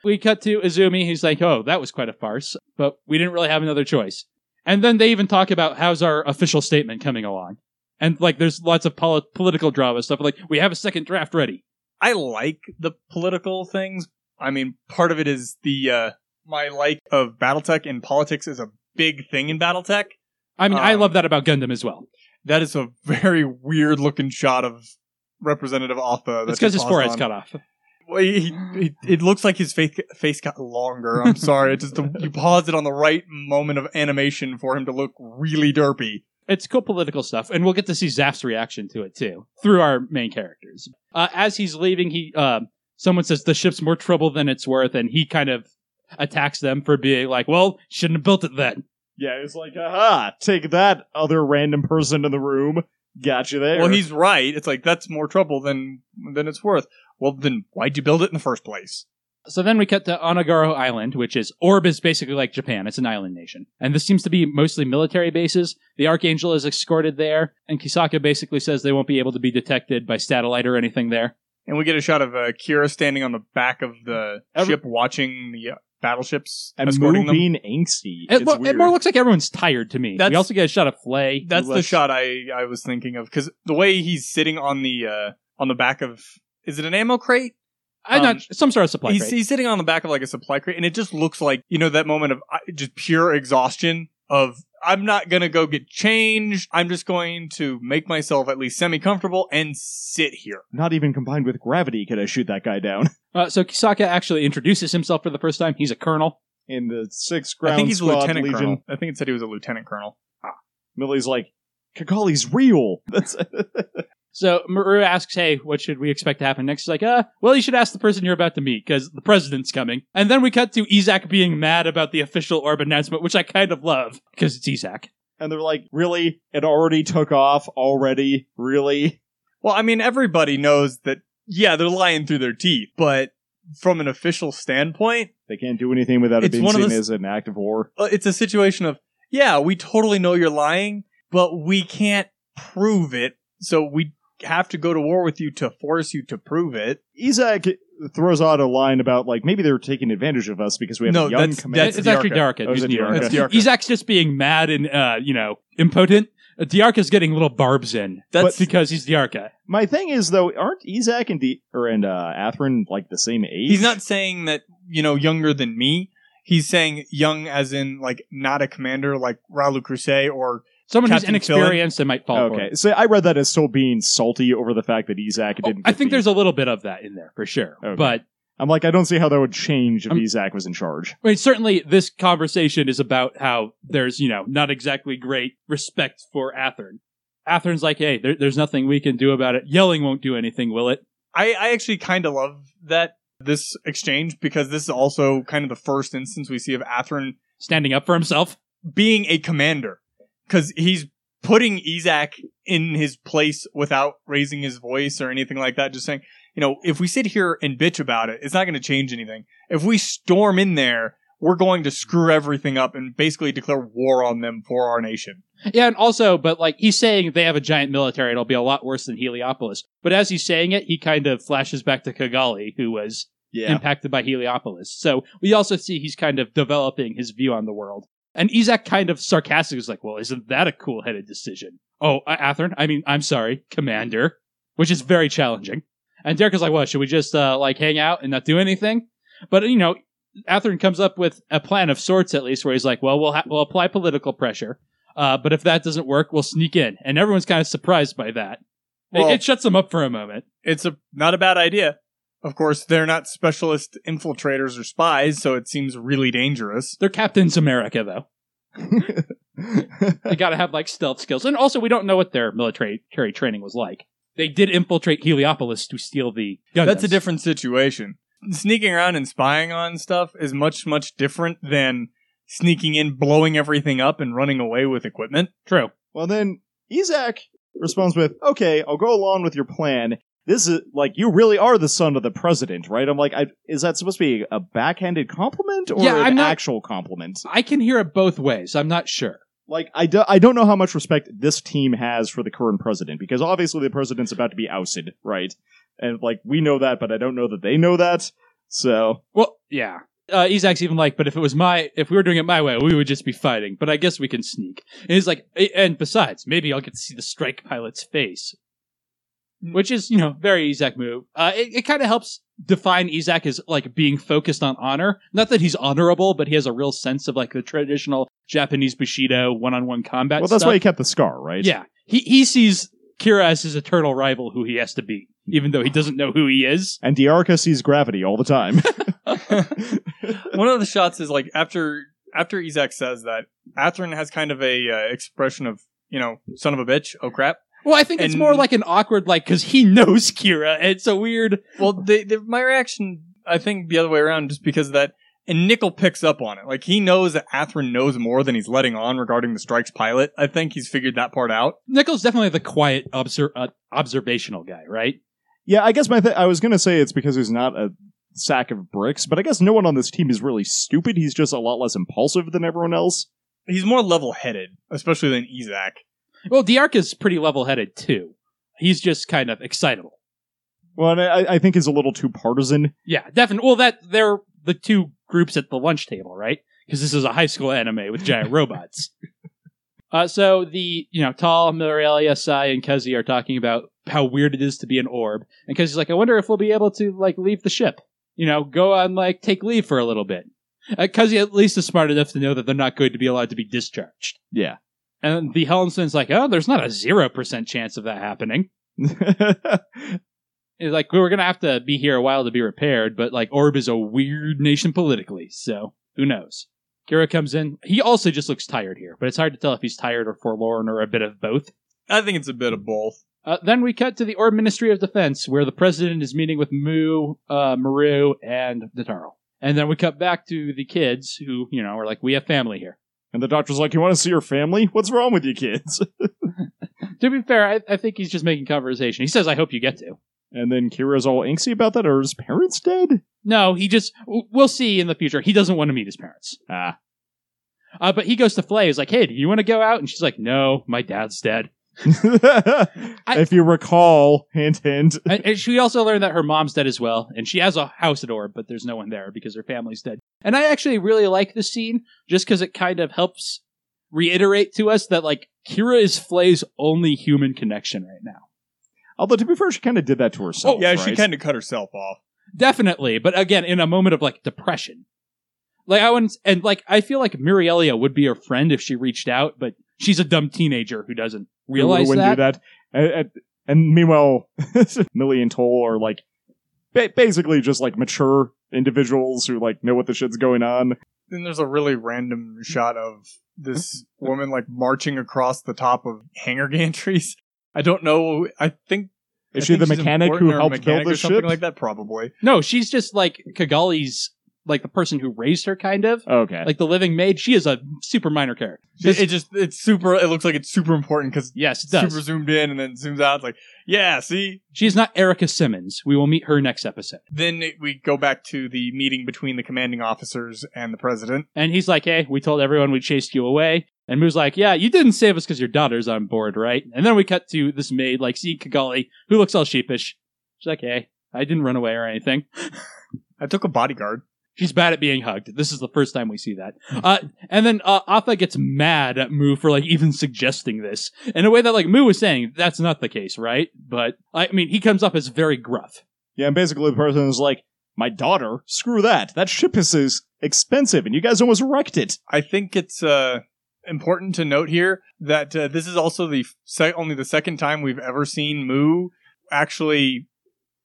[SPEAKER 3] We cut to Izumi. He's like, oh, that was quite a farce, but we didn't really have another choice. And then they even talk about how's our official statement coming along. And like, there's lots of poli- political drama stuff. Like, we have a second draft ready.
[SPEAKER 5] I like the political things. I mean, part of it is the uh, my like of BattleTech and politics is a big thing in BattleTech.
[SPEAKER 3] I mean, I
[SPEAKER 5] Um,
[SPEAKER 3] love that about Gundam as well.
[SPEAKER 5] That is a very weird looking shot of Representative Alpha.
[SPEAKER 3] It's
[SPEAKER 5] Oh, that's
[SPEAKER 3] because his
[SPEAKER 5] paused
[SPEAKER 3] forehead's
[SPEAKER 5] on.
[SPEAKER 3] cut off.
[SPEAKER 5] Well, he, he- it looks like his face face got longer. I'm sorry. It's just the, you paused it on the right moment of animation for him to look really derpy.
[SPEAKER 3] It's cool political stuff, and we'll get to see Zaf's reaction to it too through our main characters. Uh, as he's leaving, he um someone says the ship's more trouble than it's worth, and he kind of attacks them for being like, "Well, shouldn't have built it then."
[SPEAKER 4] Yeah, it's like, aha, take that other random person in the room. Got you there.
[SPEAKER 5] Well, he's right. It's like that's more trouble than than it's worth. Well, then why'd you build it in the first place?
[SPEAKER 3] So then we cut to Onagaro Island, which is Orb is basically like Japan. It's an island nation. And this seems to be mostly military bases. The Archangel is escorted there, and Kisaka basically says they won't be able to be detected by satellite or anything there.
[SPEAKER 5] And we get a shot of uh, Kira standing on the back of the
[SPEAKER 4] Every-
[SPEAKER 5] ship, watching the uh, battleships
[SPEAKER 4] and
[SPEAKER 5] escorting
[SPEAKER 4] Moo
[SPEAKER 5] them.
[SPEAKER 4] being angsty.
[SPEAKER 3] It,
[SPEAKER 4] it's
[SPEAKER 3] well, it
[SPEAKER 4] weird.
[SPEAKER 3] more looks like everyone's tired to me.
[SPEAKER 5] That's-
[SPEAKER 3] we also get a shot of Flay.
[SPEAKER 5] That's the
[SPEAKER 4] looks-
[SPEAKER 5] shot I, I was thinking of because the way he's sitting on the uh, on the back of is it an ammo crate?
[SPEAKER 3] I'm
[SPEAKER 5] um,
[SPEAKER 3] not some sort of supply
[SPEAKER 5] he's,
[SPEAKER 3] crate.
[SPEAKER 5] he's sitting on the back of like a supply crate, and it just looks like you know that moment of uh, just pure exhaustion. Of I'm not gonna go get changed. I'm just going to make myself at least semi comfortable and sit here.
[SPEAKER 4] Not even combined with gravity could I shoot that guy down.
[SPEAKER 3] Uh, so Kisaka actually introduces himself for the first time. He's a colonel.
[SPEAKER 4] In the 6th ground
[SPEAKER 5] I think he's a
[SPEAKER 4] squad
[SPEAKER 5] lieutenant
[SPEAKER 4] legion,
[SPEAKER 5] colonel. I think it said he was a lieutenant colonel.
[SPEAKER 4] Millie's like, Kagali's real. That's
[SPEAKER 3] So Maru asks, "Hey, what should we expect to happen next?" He's like, "Uh, well, you should ask the person you're about to meet because the president's coming." And then we cut to Izak being mad about the official orb announcement, which I kind of love because it's Izak.
[SPEAKER 4] And they're like, really? It already took off already? Really?
[SPEAKER 5] Well, I mean, everybody knows that. Yeah, they're lying through their teeth, but from an official standpoint,
[SPEAKER 4] They can't do anything without it
[SPEAKER 5] It's
[SPEAKER 4] being
[SPEAKER 5] one of
[SPEAKER 4] seen
[SPEAKER 5] those-
[SPEAKER 4] as an act of war.
[SPEAKER 5] uh, it's a situation of yeah we totally know you're lying but we can't prove it so we have to go to war with you to force you to prove it
[SPEAKER 4] Isaac throws out a line about like maybe they're taking advantage of us because we have
[SPEAKER 5] No,
[SPEAKER 4] a young
[SPEAKER 5] that's-
[SPEAKER 4] commander.
[SPEAKER 5] that's-
[SPEAKER 3] it's actually
[SPEAKER 5] Diarca.
[SPEAKER 3] Diarca.
[SPEAKER 4] Oh, is
[SPEAKER 3] who's
[SPEAKER 4] it Diarca?
[SPEAKER 5] It's Diarca.
[SPEAKER 3] Izak's just being mad and uh, you know impotent. Uh, Diarca's getting little barbs in.
[SPEAKER 5] That's-
[SPEAKER 3] That's because he's Diarca.
[SPEAKER 4] My thing is though, aren't Isaac and D- or and uh, Athrun like the same age?
[SPEAKER 5] he's not saying that you know younger than me he's saying young as in like not a commander like Ralu Crusade or
[SPEAKER 3] Someone who's
[SPEAKER 5] Captain
[SPEAKER 3] inexperienced and might fall. for
[SPEAKER 4] Okay,
[SPEAKER 3] it.
[SPEAKER 4] so I read that as still being salty over the fact that Isaac
[SPEAKER 5] Oh,
[SPEAKER 4] didn't.
[SPEAKER 3] Oh, I
[SPEAKER 4] get
[SPEAKER 3] think
[SPEAKER 4] the-
[SPEAKER 3] there's a little bit of that in there for sure,
[SPEAKER 4] Okay.
[SPEAKER 3] but
[SPEAKER 4] I'm like, I don't see how that would change if
[SPEAKER 3] I'm-
[SPEAKER 4] Isaac was in charge.
[SPEAKER 3] I mean, certainly this conversation is about how there's, you know, not exactly great respect for Athern. Athern's like, hey, there, there's nothing we can do about it. Yelling won't do anything, will it?
[SPEAKER 5] I, I actually kind of love that this exchange because this is also kind of the first instance we see of Athrun
[SPEAKER 3] Standing up for himself.
[SPEAKER 5] being a commander because he's putting Izak in his place without raising his voice or anything like that. Just saying, you know, if we sit here and bitch about it, it's not going to change anything. If we storm in there, we're going to screw everything up and basically declare war on them for our nation.
[SPEAKER 3] Yeah, and also, but like he's saying they have a giant military, it'll be a lot worse than Heliopolis. But as he's saying it, he kind of flashes back to Kigali, who was
[SPEAKER 4] Yeah,
[SPEAKER 3] impacted by Heliopolis. So we also see he's kind of developing his view on the world. And Izak kind of sarcastic is like, well, isn't that a cool headed decision? Oh, uh, Athern, I mean, I'm sorry, Commander, which is very challenging. And Derek is like, what, should we just uh, like hang out and not do anything? But, you know, Athern comes up with a plan of sorts, at least, where he's like, well, we'll, ha- we'll apply political pressure. Uh, but if that doesn't work, we'll sneak in. And everyone's kind of surprised by that. It-
[SPEAKER 5] Well-
[SPEAKER 3] it shuts them up for a moment.
[SPEAKER 5] It's a not a bad idea. Of course, they're not specialist infiltrators or spies, so it seems really dangerous.
[SPEAKER 3] They're Captain's America, though. they got to have like stealth skills, and also we don't know what their military carry training was like. They did infiltrate Heliopolis to steal the. Gundams.
[SPEAKER 5] That's a different situation. Sneaking around and spying on stuff is much, much different than sneaking in, blowing everything up, and running away with equipment.
[SPEAKER 3] True.
[SPEAKER 4] Well, then Isaac responds with, "Okay, I'll go along with your plan this is like you really are the son of the president, right? I'm like, I, is that supposed to be a backhanded compliment or
[SPEAKER 3] Yeah,
[SPEAKER 4] an
[SPEAKER 3] I'm not-
[SPEAKER 4] actual compliment?
[SPEAKER 3] I can hear it both ways. I'm not sure.
[SPEAKER 4] Like, I, do, I don't know how much respect this team has for the current president because obviously the president's about to be ousted, right? And like we know that, but I don't know that they know that. So
[SPEAKER 3] Well, yeah. Uh, Isaac's even like, but if it was my, if we were doing it my way, we would just be fighting. But I guess we can sneak. And he's like, "A- and besides, maybe I'll get to see the strike pilot's face,
[SPEAKER 4] Mm.
[SPEAKER 3] which is you know very Isaac move. Uh, it it kind of helps define Isaac as like being focused on honor. Not that he's honorable, but he has a real sense of like the traditional Japanese Bushido one-on-one combat.
[SPEAKER 4] well, that's
[SPEAKER 3] stuff.
[SPEAKER 4] why he kept the scar, right?
[SPEAKER 3] Yeah, he he sees Kira as his eternal rival, who he has to beat, even though he doesn't know who he is.
[SPEAKER 4] And Diarca sees gravity all the time.
[SPEAKER 5] One of the shots is like after after Isaac says that, Athrun has kind of a uh, expression of you know son of a bitch, oh crap.
[SPEAKER 3] Well, I think it's
[SPEAKER 5] And-
[SPEAKER 3] more like an awkward, like, because he knows Kira. and It's a weird.
[SPEAKER 5] Well, they, they, my reaction, I think, the other way around, just because of that. And Nickel picks up on it. Like he knows that Athrun knows more than he's letting on regarding the strike's pilot. I think he's figured that part out.
[SPEAKER 3] Nickel's definitely the quiet, obser- uh, observational guy, right?
[SPEAKER 4] Yeah, I guess my th- I was gonna say it's because he's not a sack of bricks, but I guess no one on this team is really stupid. He's just a lot less impulsive than everyone else.
[SPEAKER 5] He's more level-headed, especially than Isaac.
[SPEAKER 3] Well, Diarca's pretty level headed, too. He's just kind of excitable.
[SPEAKER 4] Well, and I, I think he's a little too partisan.
[SPEAKER 3] Yeah, definitely. Well, that they're the two groups at the lunch table, right? Because this is a high school anime with giant robots. Uh, so the you know Tal, Mirelia, Sai, and Kezi are talking about how weird it is to be an orb, and Kezi's like, "I wonder if we'll be able to like leave the ship, you know, go on like take leave for a little bit." Uh, Kezi at least is smart enough to know that they're not going to be allowed to be discharged,
[SPEAKER 4] Yeah.
[SPEAKER 3] and the helmsman's like, "Oh, there's not a zero percent chance of that happening." It's like we're gonna have to be here a while to be repaired, but like Orb is a weird nation politically, so who knows? Kira comes in. He also just looks tired here, but it's hard to tell if he's tired or forlorn or a bit of both.
[SPEAKER 5] I think it's a
[SPEAKER 4] Hmm.
[SPEAKER 5] bit of both.
[SPEAKER 3] Uh, then we cut to the Orb Ministry of Defense, where the president is meeting with Mu, uh, Maru, and Nataro. And then we cut back to the kids, who you know are like, "We have family here."
[SPEAKER 4] and the doctor's like, "You want to see your family? What's wrong with you kids?"
[SPEAKER 3] To be fair, I, I think he's just making conversation. He says, "I hope you get to."
[SPEAKER 4] and then Kira's all angsty about that. Are his parents dead?
[SPEAKER 3] No, he just. w- We'll see in the future. He doesn't want to meet his parents.
[SPEAKER 4] Ah,
[SPEAKER 3] Uh, but he goes to Flay. He's like, "Hey, do you want to go out?" And she's like, "No, my dad's dead."
[SPEAKER 4] if you recall, hint, hint.
[SPEAKER 3] and, and she also learned that her mom's dead as well, and she has a house at Orb, but there's no one there because her family's dead. And I actually really like this scene just because it kind of helps reiterate to us that like Kira is Flay's only human connection right now.
[SPEAKER 4] Although to be fair, she kind of did that to herself.
[SPEAKER 5] Oh, yeah, she
[SPEAKER 4] right?
[SPEAKER 5] kind of cut herself off.
[SPEAKER 3] Definitely, but again, in a moment of like depression. Like I wouldn't, and like I feel like Murielia would be her friend if she reached out, but she's a dumb teenager who doesn't realize
[SPEAKER 4] Who wouldn't
[SPEAKER 3] that.
[SPEAKER 4] do that. And, and- and meanwhile, Millie and Toll are like ba- basically just like mature individuals who like know what the shit's going on.
[SPEAKER 5] Then there's a really random shot of this woman like marching across the top of hangar gantries. I don't know. I think
[SPEAKER 4] Is
[SPEAKER 5] I
[SPEAKER 4] she
[SPEAKER 5] think
[SPEAKER 4] the
[SPEAKER 5] she's
[SPEAKER 4] mechanic
[SPEAKER 5] important
[SPEAKER 4] who
[SPEAKER 5] or a
[SPEAKER 4] helped build
[SPEAKER 5] mechanic or
[SPEAKER 4] the
[SPEAKER 5] something
[SPEAKER 4] ship?
[SPEAKER 5] like that? Probably.
[SPEAKER 3] No, she's just like Kigali's, like the person who raised her, kind of.
[SPEAKER 4] Okay.
[SPEAKER 3] Like the living maid, she is a super minor character.
[SPEAKER 5] It, it just it's super. It looks like it's super important because
[SPEAKER 3] Yes, it
[SPEAKER 5] super
[SPEAKER 3] does.
[SPEAKER 5] zoomed in and then zooms out. It's like yeah, see.
[SPEAKER 3] She's not Erica Simmons. We will meet her next episode.
[SPEAKER 5] Then it- we go back to the meeting between the commanding officers and the president.
[SPEAKER 3] And he's like, hey, we told everyone we chased you away. And Moo's like, yeah, you didn't save us because your daughter's on board, right? And then we cut to this maid, like, see Kigali, who looks all sheepish. She's like, hey, I didn't run away or anything.
[SPEAKER 5] I took a bodyguard.
[SPEAKER 3] She's bad at being hugged. This is the first time we see that. Uh, and then uh, Atha gets mad at Mu for like even suggesting this in a way that like Mu was saying that's not the case, right? But I mean, he comes up as very gruff.
[SPEAKER 4] yeah, and basically the person is like, "My daughter, screw that. That ship is, is expensive, and you guys almost wrecked it."
[SPEAKER 5] I think it's uh, important to note here that uh, this is also the f- se- only the second time we've ever seen Moo actually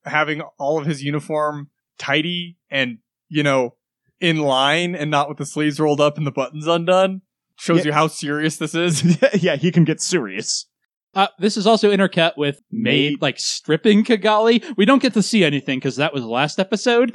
[SPEAKER 5] having all of his uniform tidy and you know in line and not with the sleeves rolled up and the buttons undone. Shows
[SPEAKER 4] Yeah.
[SPEAKER 5] you how serious this is.
[SPEAKER 4] yeah, he can get serious.
[SPEAKER 3] Uh, this is also intercut with maid like stripping Kigali. We don't get to see anything because that was last episode.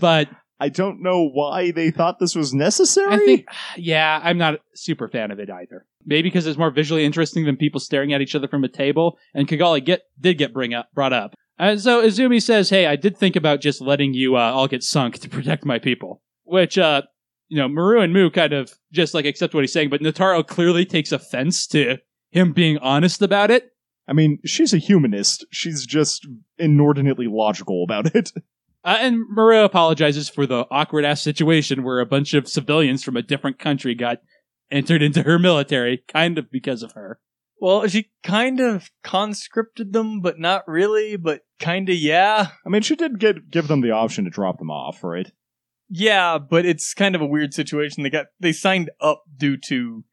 [SPEAKER 3] but
[SPEAKER 4] I don't know why they thought this was necessary.
[SPEAKER 3] I think, yeah, I'm not a super fan of it either. Maybe because it's more visually interesting than people staring at each other from a table. And Kigali get did get bring up brought up. Uh, so Izumi says, "Hey, I did think about just letting you uh, all get sunk to protect my people." Which, uh, you know, Maru and Mu kind of just like accept what he's saying, but Nataro clearly takes offense to him being honest about it.
[SPEAKER 4] I mean, she's a humanist. She's just inordinately logical about it.
[SPEAKER 3] Uh, and Maru apologizes for the awkward ass situation where a bunch of civilians from a different country got entered into her military, kind of because of her.
[SPEAKER 5] Well, she kind of conscripted them, but not really, but kind of yeah.
[SPEAKER 4] I mean, she did get give them the option to drop them off, right?
[SPEAKER 5] Yeah, but it's kind of a weird situation. They got they signed up due to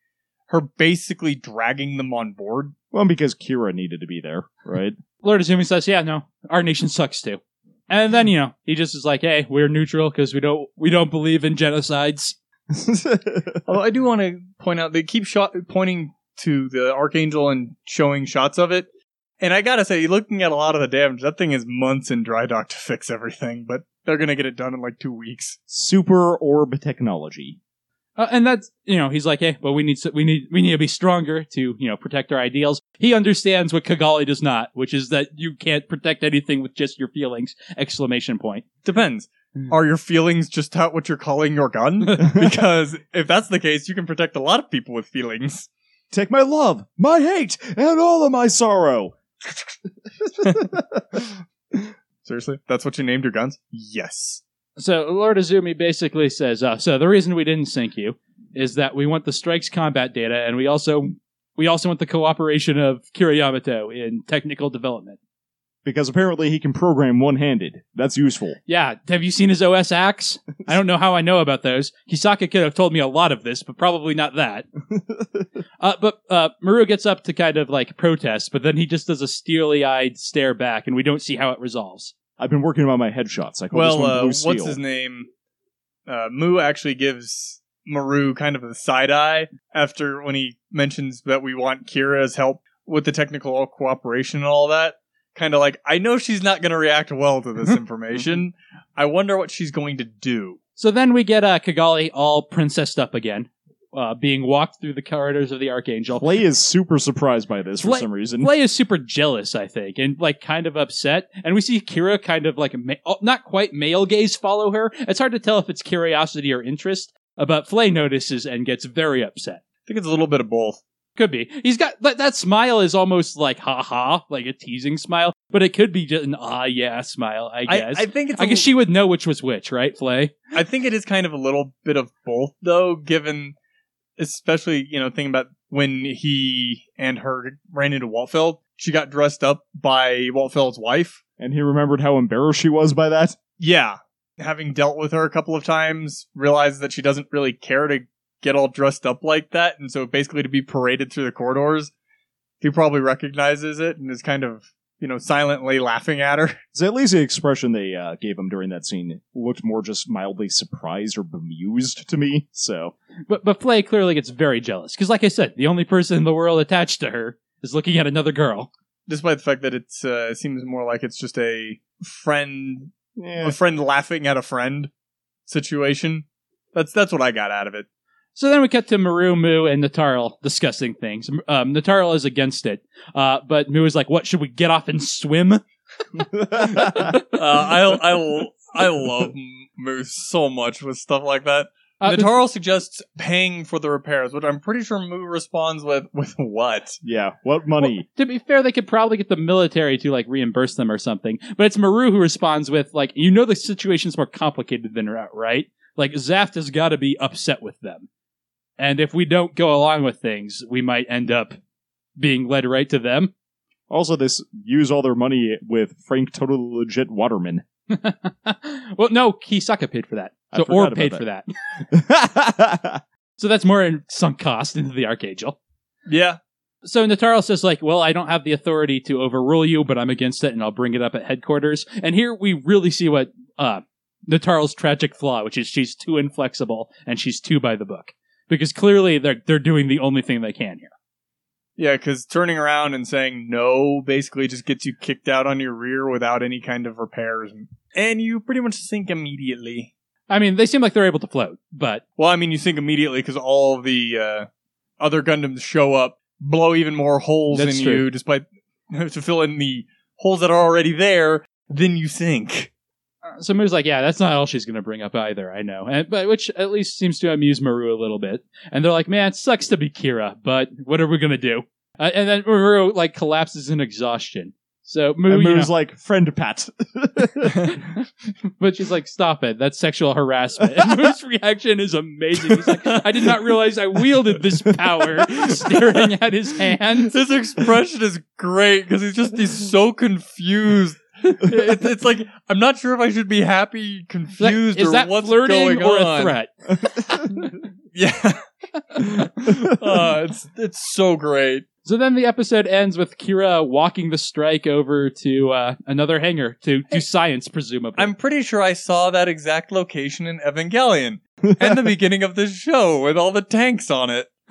[SPEAKER 5] her basically dragging them on board.
[SPEAKER 4] Well, because Kira needed to be there, right?
[SPEAKER 3] Lord Azumi says, "Yeah, no, our nation sucks too." And then you know he just is like, "Hey, we're neutral because we don't we don't believe in genocides."
[SPEAKER 5] Although I do want to point out they keep shot pointing to the archangel and showing shots of it. And I gotta say, looking at a lot of the damage, that thing is months in dry dock to fix everything, but they're gonna get it done in like two weeks.
[SPEAKER 4] Super orb technology.
[SPEAKER 3] Uh, and that's you know he's like, "Hey, but we need s- we need we need to be stronger to you know protect our ideals." He understands what Kigali does not, which is that you can't protect anything with just your feelings! Exclamation point.
[SPEAKER 5] Depends.
[SPEAKER 3] Mm.
[SPEAKER 5] Are your feelings just how what you're calling your gun? because if that's the case, you can protect a lot of people with feelings.
[SPEAKER 4] Take my love, my hate, and all of my sorrow.
[SPEAKER 5] Seriously? That's what you named your guns? Yes.
[SPEAKER 3] So Lord Azumi basically says, uh, "So the reason we didn't sink you is that we want the strikes combat data, and we also we also want the cooperation of Kira Yamato in technical development."
[SPEAKER 4] Because apparently he can program one handed. That's useful.
[SPEAKER 3] Yeah, have you seen his OS acts? I don't know how I know about those. Hisaka could have told me a lot of this, but probably not that. uh, but uh, Maru gets up to kind of like protest, but then he just does a steely eyed stare back, and we don't see how it resolves.
[SPEAKER 4] I've been working on my headshots. I call this
[SPEAKER 5] well,
[SPEAKER 4] one
[SPEAKER 5] uh,
[SPEAKER 4] Blue
[SPEAKER 5] what's
[SPEAKER 4] Steel.
[SPEAKER 5] his name? Uh, Mu actually gives Maru kind of a side eye after when he mentions that we want Kira's help with the technical cooperation and all that. Kind of like, I know she's not going to react well to this information. I wonder what she's going to do.
[SPEAKER 3] So then we get uh, Kigali all princessed up again, uh, being walked through the corridors of the Archangel.
[SPEAKER 4] Clay is super surprised by this for
[SPEAKER 3] Flay-
[SPEAKER 4] some reason.
[SPEAKER 3] Flay is super jealous, I think, and like kind of upset. And we see Kira kind of like ma- oh, not quite male gaze follow her. It's hard to tell if it's curiosity or interest, uh, but Flay notices and gets very upset.
[SPEAKER 5] I think it's a little bit of both.
[SPEAKER 3] Could be he's got that, that smile is almost like ha ha, like a teasing smile, but it could be just an ah yeah smile. I
[SPEAKER 5] I,
[SPEAKER 3] guess.
[SPEAKER 5] I think it's.
[SPEAKER 3] I
[SPEAKER 5] a
[SPEAKER 3] guess she would know which was which, right, Flay?
[SPEAKER 5] I think it is kind of a little bit of both, though, given especially, you know, thinking about when he and her ran into Waltfeld. She got dressed up by Waltfeld's wife.
[SPEAKER 4] and he remembered how embarrassed she was by that.
[SPEAKER 5] Yeah. Having dealt with her a couple of times, realized that she doesn't really care to get all dressed up like that. And so basically to be paraded through the corridors, he probably recognizes it and is kind of, you know, silently laughing at her.
[SPEAKER 4] So at least the expression they uh, gave him during that scene looked more just mildly surprised or bemused to me. So
[SPEAKER 3] But but Flay clearly gets very jealous because, like I said, the only person in the world attached to her is looking at another girl.
[SPEAKER 5] Despite the fact that it's, uh, seems more like it's just a friend
[SPEAKER 4] yeah.
[SPEAKER 5] a friend laughing at a friend situation. That's that's what I got out of it.
[SPEAKER 3] So then we cut to Maru, Mu, and Natarl discussing things. Um, Natarl is against it, uh, but Mu is like, "What should we get off and swim?"
[SPEAKER 5] Uh, I I I love Moose so much with stuff like that.
[SPEAKER 3] Uh,
[SPEAKER 5] Nataro suggests paying for the repairs, which I'm pretty sure Moo responds with with what?
[SPEAKER 4] yeah, what money?
[SPEAKER 3] to be fair, they could probably get the military to like reimburse them or something. But it's Maru who responds with like, "You know, the situation's more complicated than that, right? Like Zaft has got to be upset with them, and if we don't go along with things, we might end up being led right to them."
[SPEAKER 4] Also, this use all their money with Frank Total Legit Waterman.
[SPEAKER 3] well, no, Kisaka paid for that,
[SPEAKER 4] I
[SPEAKER 3] so
[SPEAKER 4] forgot
[SPEAKER 3] Orb
[SPEAKER 4] about
[SPEAKER 3] paid
[SPEAKER 4] that.
[SPEAKER 3] for that. So that's more in sunk cost into the Archangel.
[SPEAKER 5] Yeah,
[SPEAKER 3] So Nataro says, like, well, I don't have the authority to overrule you, but I'm against it, and I'll bring it up at headquarters. And here we really see what uh, Nataro's tragic flaw, which is she's too inflexible and she's too by the book, because clearly they're they're doing the only thing they can here.
[SPEAKER 5] yeah, because turning around and saying no basically just gets you kicked out on your rear without any kind of repairs, and you pretty much sink immediately.
[SPEAKER 3] I mean, they seem like they're able to float, but
[SPEAKER 5] Well, I mean, you sink immediately because all the uh, other Gundams show up, blow even more holes
[SPEAKER 3] That's
[SPEAKER 5] in
[SPEAKER 3] true.
[SPEAKER 5] you, despite to fill in the holes that are already there, then you sink.
[SPEAKER 3] Uh, So Moo's like, yeah, that's not all she's going to bring up either. I know, and, but which at least seems to amuse Maru a little bit. And they're like, man, it sucks to be Kira, but what are we going to do? Uh, and then Maru like collapses in exhaustion. So Moo,
[SPEAKER 4] and
[SPEAKER 3] you
[SPEAKER 4] Moo's like, friend Pat.
[SPEAKER 3] know- but she's like, stop it, that's sexual harassment. And Moo's reaction is amazing. He's like, I did not realize I wielded this power. Staring at his hand.
[SPEAKER 5] His expression is great because he's just he's so confused. It's, it's like I'm not sure if I should be happy,
[SPEAKER 3] Like,
[SPEAKER 5] confused,
[SPEAKER 3] is
[SPEAKER 5] or
[SPEAKER 3] that
[SPEAKER 5] what's
[SPEAKER 3] flirting
[SPEAKER 5] going
[SPEAKER 3] or
[SPEAKER 5] on.
[SPEAKER 3] a threat?
[SPEAKER 5] Yeah, uh, it's it's so great.
[SPEAKER 3] So then the episode ends with Kira walking the strike over to uh, another hangar to do science, presumably.
[SPEAKER 5] I'm pretty sure I saw that exact location in Evangelion and the beginning of this show with all the tanks on it.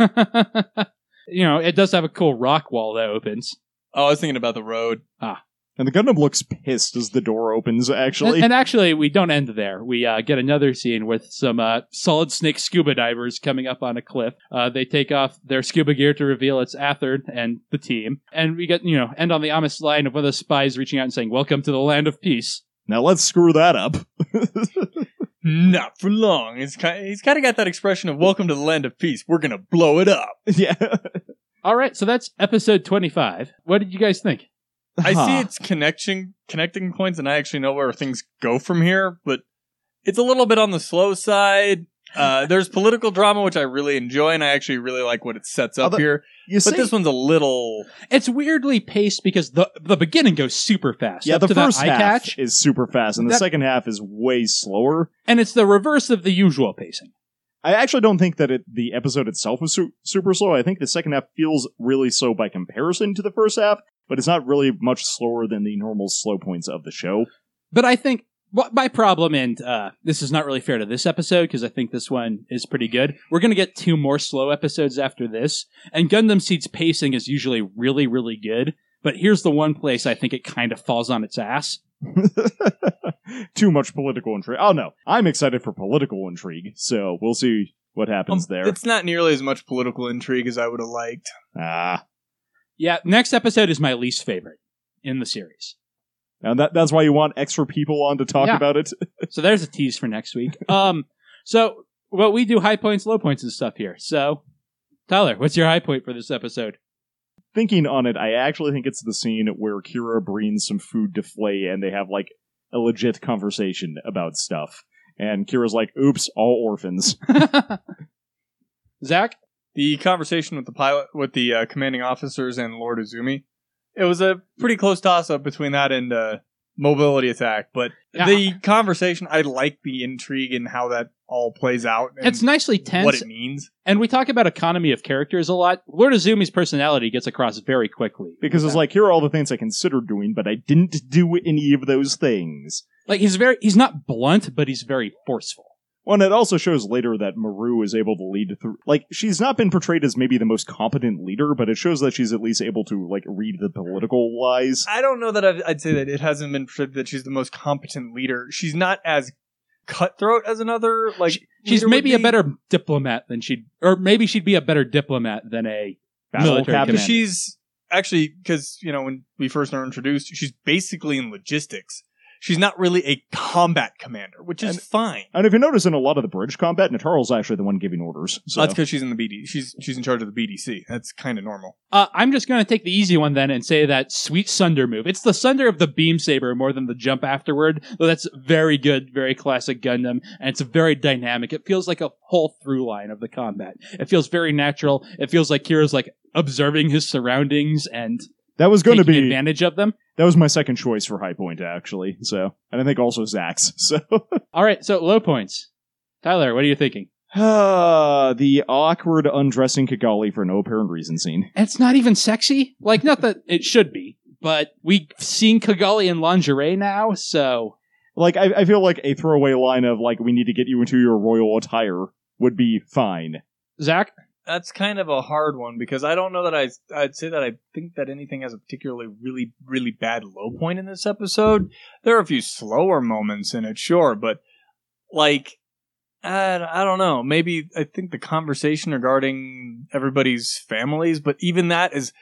[SPEAKER 3] you know, it does have a cool rock wall that opens.
[SPEAKER 5] Oh, I was thinking about the road.
[SPEAKER 4] and the Gundam looks pissed as the door opens,
[SPEAKER 3] And,
[SPEAKER 4] actually.
[SPEAKER 3] and actually, we don't end there. We uh, get another scene with some uh, solid snake scuba divers coming up on a cliff. Uh, they take off their scuba gear to reveal it's Athard and the team. And we get, you know, end on the Amos line of one of the spies reaching out and saying, Welcome to the land of peace.
[SPEAKER 4] now let's screw that up.
[SPEAKER 5] Not for long. He's kind he's kind of got that expression of "Welcome to the land of peace." We're gonna blow it up.
[SPEAKER 4] yeah.
[SPEAKER 3] All right, so that's episode 25. What did you guys think?
[SPEAKER 5] I see
[SPEAKER 4] Huh.
[SPEAKER 5] its connection connecting points, and I actually know where things go from here. But it's a little bit on the slow side. Uh, there's political drama, which I really enjoy, and I actually really like what it sets up
[SPEAKER 4] Although-
[SPEAKER 5] here.
[SPEAKER 4] You
[SPEAKER 5] But
[SPEAKER 4] see,
[SPEAKER 5] this one's a little.
[SPEAKER 3] It's weirdly paced because the the beginning goes super fast.
[SPEAKER 4] yeah,
[SPEAKER 3] up
[SPEAKER 4] the
[SPEAKER 3] to that
[SPEAKER 4] first
[SPEAKER 3] eye
[SPEAKER 4] half
[SPEAKER 3] catch,
[SPEAKER 4] is super fast, and the
[SPEAKER 3] That-
[SPEAKER 4] second half is way slower.
[SPEAKER 3] and it's the reverse of the usual pacing.
[SPEAKER 4] I actually don't think that it, the episode itself was su- super slow. I think the second half feels really slow by comparison to the first half, but it's not really much slower than the normal slow points of the show.
[SPEAKER 3] But I think what my problem, and uh, this is not really fair to this episode because I think this one is pretty good. We're gonna get two more slow episodes after this, and Gundam Seed's pacing is usually really really good. But here's the one place I think it kind of falls on its ass.
[SPEAKER 4] Too much political intrigue. Oh no, I'm excited for political intrigue, so we'll see what happens there.
[SPEAKER 5] um, It's not nearly as much political intrigue as I would have liked.
[SPEAKER 4] Ah,
[SPEAKER 3] Yeah, next episode is my least favorite in the series.
[SPEAKER 4] and that, that's why you want extra people on to talk
[SPEAKER 3] Yeah.
[SPEAKER 4] about it.
[SPEAKER 3] so there's a tease for next week. Um, so well, we do high points, low points, and stuff here. So, Tyler, what's your high point for this episode?
[SPEAKER 4] Thinking on it, I actually think it's the scene where Kira brings some food to Flay, and they have like a legit conversation about stuff. And Kira's like, "Oops, all orphans."
[SPEAKER 3] Zach,
[SPEAKER 5] The conversation with the pilot, with the uh, commanding officers, and Lord Izumi, it was a pretty close toss-up between that and uh, mobility attack. But
[SPEAKER 3] Yeah.
[SPEAKER 5] the conversation, I like the intrigue and how that all plays out. And
[SPEAKER 3] it's nicely
[SPEAKER 5] Um, what
[SPEAKER 3] tense,
[SPEAKER 5] it means.
[SPEAKER 3] and we talk about economy of characters a lot. Lord Azumi's personality gets across very quickly
[SPEAKER 4] because it's like here are all the things I considered doing, but I didn't do any of those things.
[SPEAKER 3] Like he's very, he's not blunt, but he's very forceful.
[SPEAKER 4] Well, and it also shows later that Maru is able to lead through. Like she's not been portrayed as maybe the most competent leader, but it shows that she's at least able to like read the political lies.
[SPEAKER 5] I don't know that I've, I'd say that it hasn't been portrayed that she's the most competent leader. She's not as cutthroat as another. Like
[SPEAKER 3] She's
[SPEAKER 5] leader would
[SPEAKER 3] maybe a
[SPEAKER 5] be.
[SPEAKER 3] better diplomat than she'd, or maybe she'd be a better diplomat than a
[SPEAKER 4] Battle
[SPEAKER 3] military
[SPEAKER 4] captain.
[SPEAKER 5] Because
[SPEAKER 3] commander.
[SPEAKER 5] she's actually because you know when we first are introduced, she's basically in logistics. She's not really a combat commander, which is
[SPEAKER 4] And-
[SPEAKER 5] fine.
[SPEAKER 4] And if you notice in a lot of the bridge combat, Nataro's actually the one giving orders. So
[SPEAKER 5] That's because she's in the BD. She's she's in charge of the BDC. That's kind of normal.
[SPEAKER 3] Uh, I'm just going to take the easy one then and say that sweet Sunder move. It's the Sunder of the beam saber more than the jump afterward, though that's very good, very classic Gundam, and it's very dynamic. It feels like a whole through line of the combat. It feels very natural. It feels like Kira's like observing his surroundings and
[SPEAKER 4] that was going to
[SPEAKER 3] taking
[SPEAKER 4] be
[SPEAKER 3] advantage of them.
[SPEAKER 4] that was my second choice for high point actually. So and I think also Zach's. So
[SPEAKER 3] All right, so low points. Tyler, what are you thinking?
[SPEAKER 4] Ah, the awkward undressing Kigali for no apparent reason scene.
[SPEAKER 3] It's not even sexy. Like, not that it should be, but we've seen Kigali in lingerie now, so
[SPEAKER 4] Like I, I feel like a throwaway line of like we need to get you into your royal attire would be fine.
[SPEAKER 3] Zach.
[SPEAKER 5] That's kind of a hard one because I don't know that I I'd say that I think that anything has a particularly really really bad low point in this episode. There are a few slower moments in it, sure, but like I, I don't know. Maybe I think the conversation regarding everybody's families, but even that is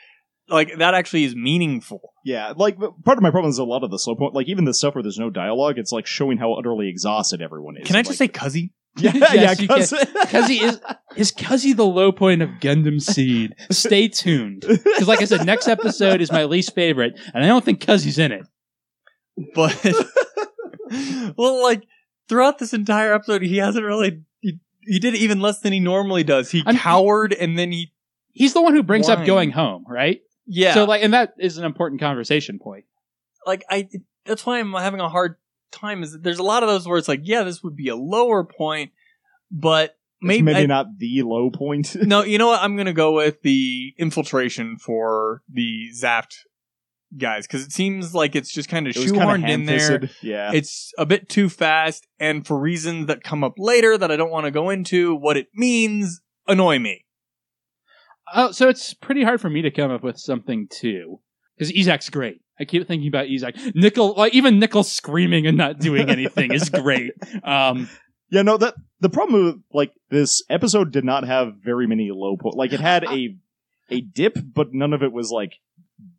[SPEAKER 5] like that actually is meaningful.
[SPEAKER 4] Yeah, like but part of my problem is a lot of the slow point, like even the stuff where there's no dialogue, it's like showing how utterly exhausted everyone is.
[SPEAKER 5] Can I
[SPEAKER 4] Like-
[SPEAKER 5] just say cuzzy?
[SPEAKER 4] yeah,
[SPEAKER 3] Yes,
[SPEAKER 4] yeah,
[SPEAKER 3] you can.
[SPEAKER 4] 'cause-
[SPEAKER 3] Cuzzy is is Cuzzy the low point of Gundam Seed. Stay tuned, because like I said, next episode is my least favorite, and I don't think Cuzzy's in it.
[SPEAKER 5] But well, like throughout this entire episode, he hasn't really he, he did even less than he normally does. He
[SPEAKER 3] I'm-
[SPEAKER 5] cowered and then he
[SPEAKER 3] He's the one who brings up
[SPEAKER 5] Wine.
[SPEAKER 3] going home, right?
[SPEAKER 5] yeah.
[SPEAKER 3] So like, and that is an important conversation point.
[SPEAKER 5] like I that's why I'm having a hard time is that there's a lot of those where it's like, yeah, this would be a lower point, but
[SPEAKER 4] maybe,
[SPEAKER 5] maybe, I-
[SPEAKER 4] not the low point.
[SPEAKER 5] no, you know what? I'm gonna go with the infiltration for the Zaft guys because it seems like it's just kind of
[SPEAKER 4] It was kind
[SPEAKER 5] shoehorned
[SPEAKER 4] of
[SPEAKER 5] in there.
[SPEAKER 4] Yeah,
[SPEAKER 5] It's a bit too fast, and for reasons that come up later that I don't want to go into, what it means annoy me.
[SPEAKER 3] Oh, so it's pretty hard for me to come up with something too, because Isaac's great. I keep thinking about Isaac. Nickel, like even Nickel screaming and not doing anything is great. Um,
[SPEAKER 4] yeah. No, that the problem with like this episode did not have very many low point. Like it had a a dip, but none of it was like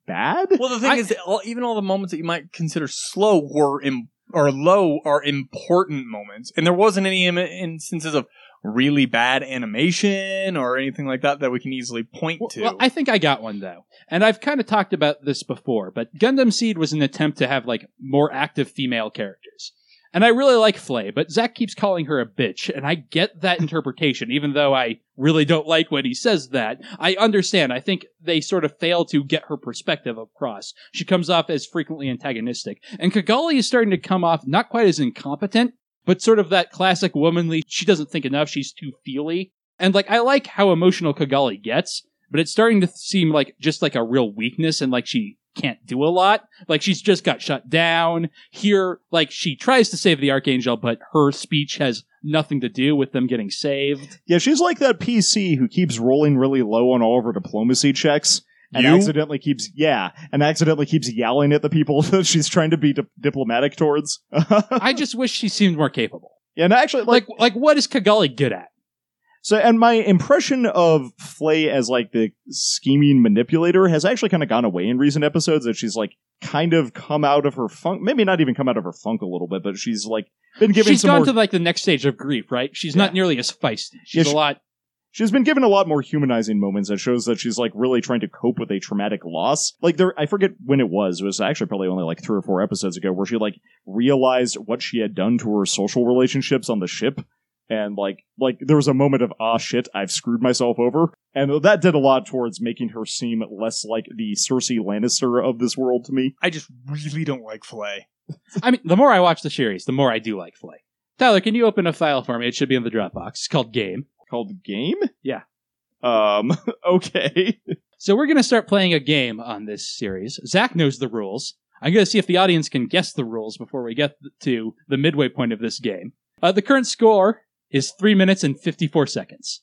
[SPEAKER 4] bad.
[SPEAKER 5] Well, the thing
[SPEAKER 3] I-
[SPEAKER 5] is, that all, even all the moments that you might consider slow were Im- or low are important moments, and there wasn't any im- instances of really bad animation or anything like that that we can easily point
[SPEAKER 3] well,
[SPEAKER 5] to.
[SPEAKER 3] well, I think I got one though, and I've kind of talked about this before. But Gundam Seed was an attempt to have like more active female characters, and I really like Flay, but Zach keeps calling her a bitch, and I get that interpretation, even though I really don't like when he says that. I understand. I think they sort of fail to get her perspective across. She comes off as frequently antagonistic, and Kigali is starting to come off not quite as incompetent. But sort of that classic womanly, she doesn't think enough, she's too feely. And like, I like how emotional Kigali gets, but it's starting to seem like just like a real weakness and like she can't do a lot. Like she's just got shut down. Here, like she tries to save the Archangel, but her speech has nothing to do with them getting saved.
[SPEAKER 4] Yeah, she's like that PC who keeps rolling really low on all of her diplomacy checks and
[SPEAKER 5] You?
[SPEAKER 4] accidentally keeps yeah, and accidentally keeps yelling at the people that she's trying to be di- diplomatic towards. yeah,
[SPEAKER 3] I just wish she seemed more capable.
[SPEAKER 4] and actually like,
[SPEAKER 3] Like, like, what is Kigali good at?
[SPEAKER 4] so and my impression of Flay as like the scheming manipulator has actually kind of gone away in recent episodes that she's like kind of come out of her funk, maybe not even come out of her funk a little bit, but she's like been given
[SPEAKER 3] She's
[SPEAKER 4] some
[SPEAKER 3] gone
[SPEAKER 4] more
[SPEAKER 3] to like the next stage of grief, right? She's not nearly as feisty. She's
[SPEAKER 4] Yeah,
[SPEAKER 3] a
[SPEAKER 4] she-
[SPEAKER 3] lot.
[SPEAKER 4] She's been given a lot more humanizing moments that shows that she's like really trying to cope with a traumatic loss. Like there, I forget when it was. It was actually probably only like three or four episodes ago where she like realized what she had done to her social relationships on the ship, and like like there was a moment of ah shit, I've screwed myself over, and that did a lot towards making her seem less like the Cersei Lannister of this world to me.
[SPEAKER 5] I just really don't like Filet.
[SPEAKER 3] I mean, the more I watch the series, the more I do like Flay. Tyler, can you open a file for me? It should be in the Dropbox. It's called Game.
[SPEAKER 4] Called game.
[SPEAKER 3] Yeah.
[SPEAKER 4] Um. Okay.
[SPEAKER 3] So we're going to start playing a game on this series. Zach knows the rules. I'm going to see if the audience can guess the rules before we get to the midway point of this game. Uh, the current score is three minutes and 54 seconds.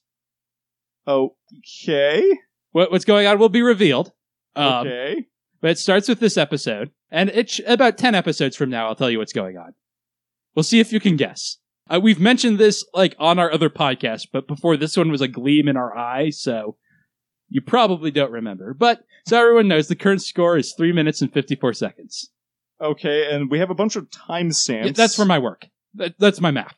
[SPEAKER 4] Okay.
[SPEAKER 3] What, what's going on will be revealed. Um,
[SPEAKER 4] Okay.
[SPEAKER 3] But it starts with this episode, and it's about 10 episodes from now, I'll tell you what's going on. We'll see if you can guess. Uh, we've mentioned this like on our other podcast, but before this one was a gleam in our eye, so you probably don't remember. But so everyone knows, the current score is three minutes and 54 seconds.
[SPEAKER 4] Okay, and we have a bunch of
[SPEAKER 3] Yeah,
[SPEAKER 4] timestamps.
[SPEAKER 3] that's for my work. That, that's my math.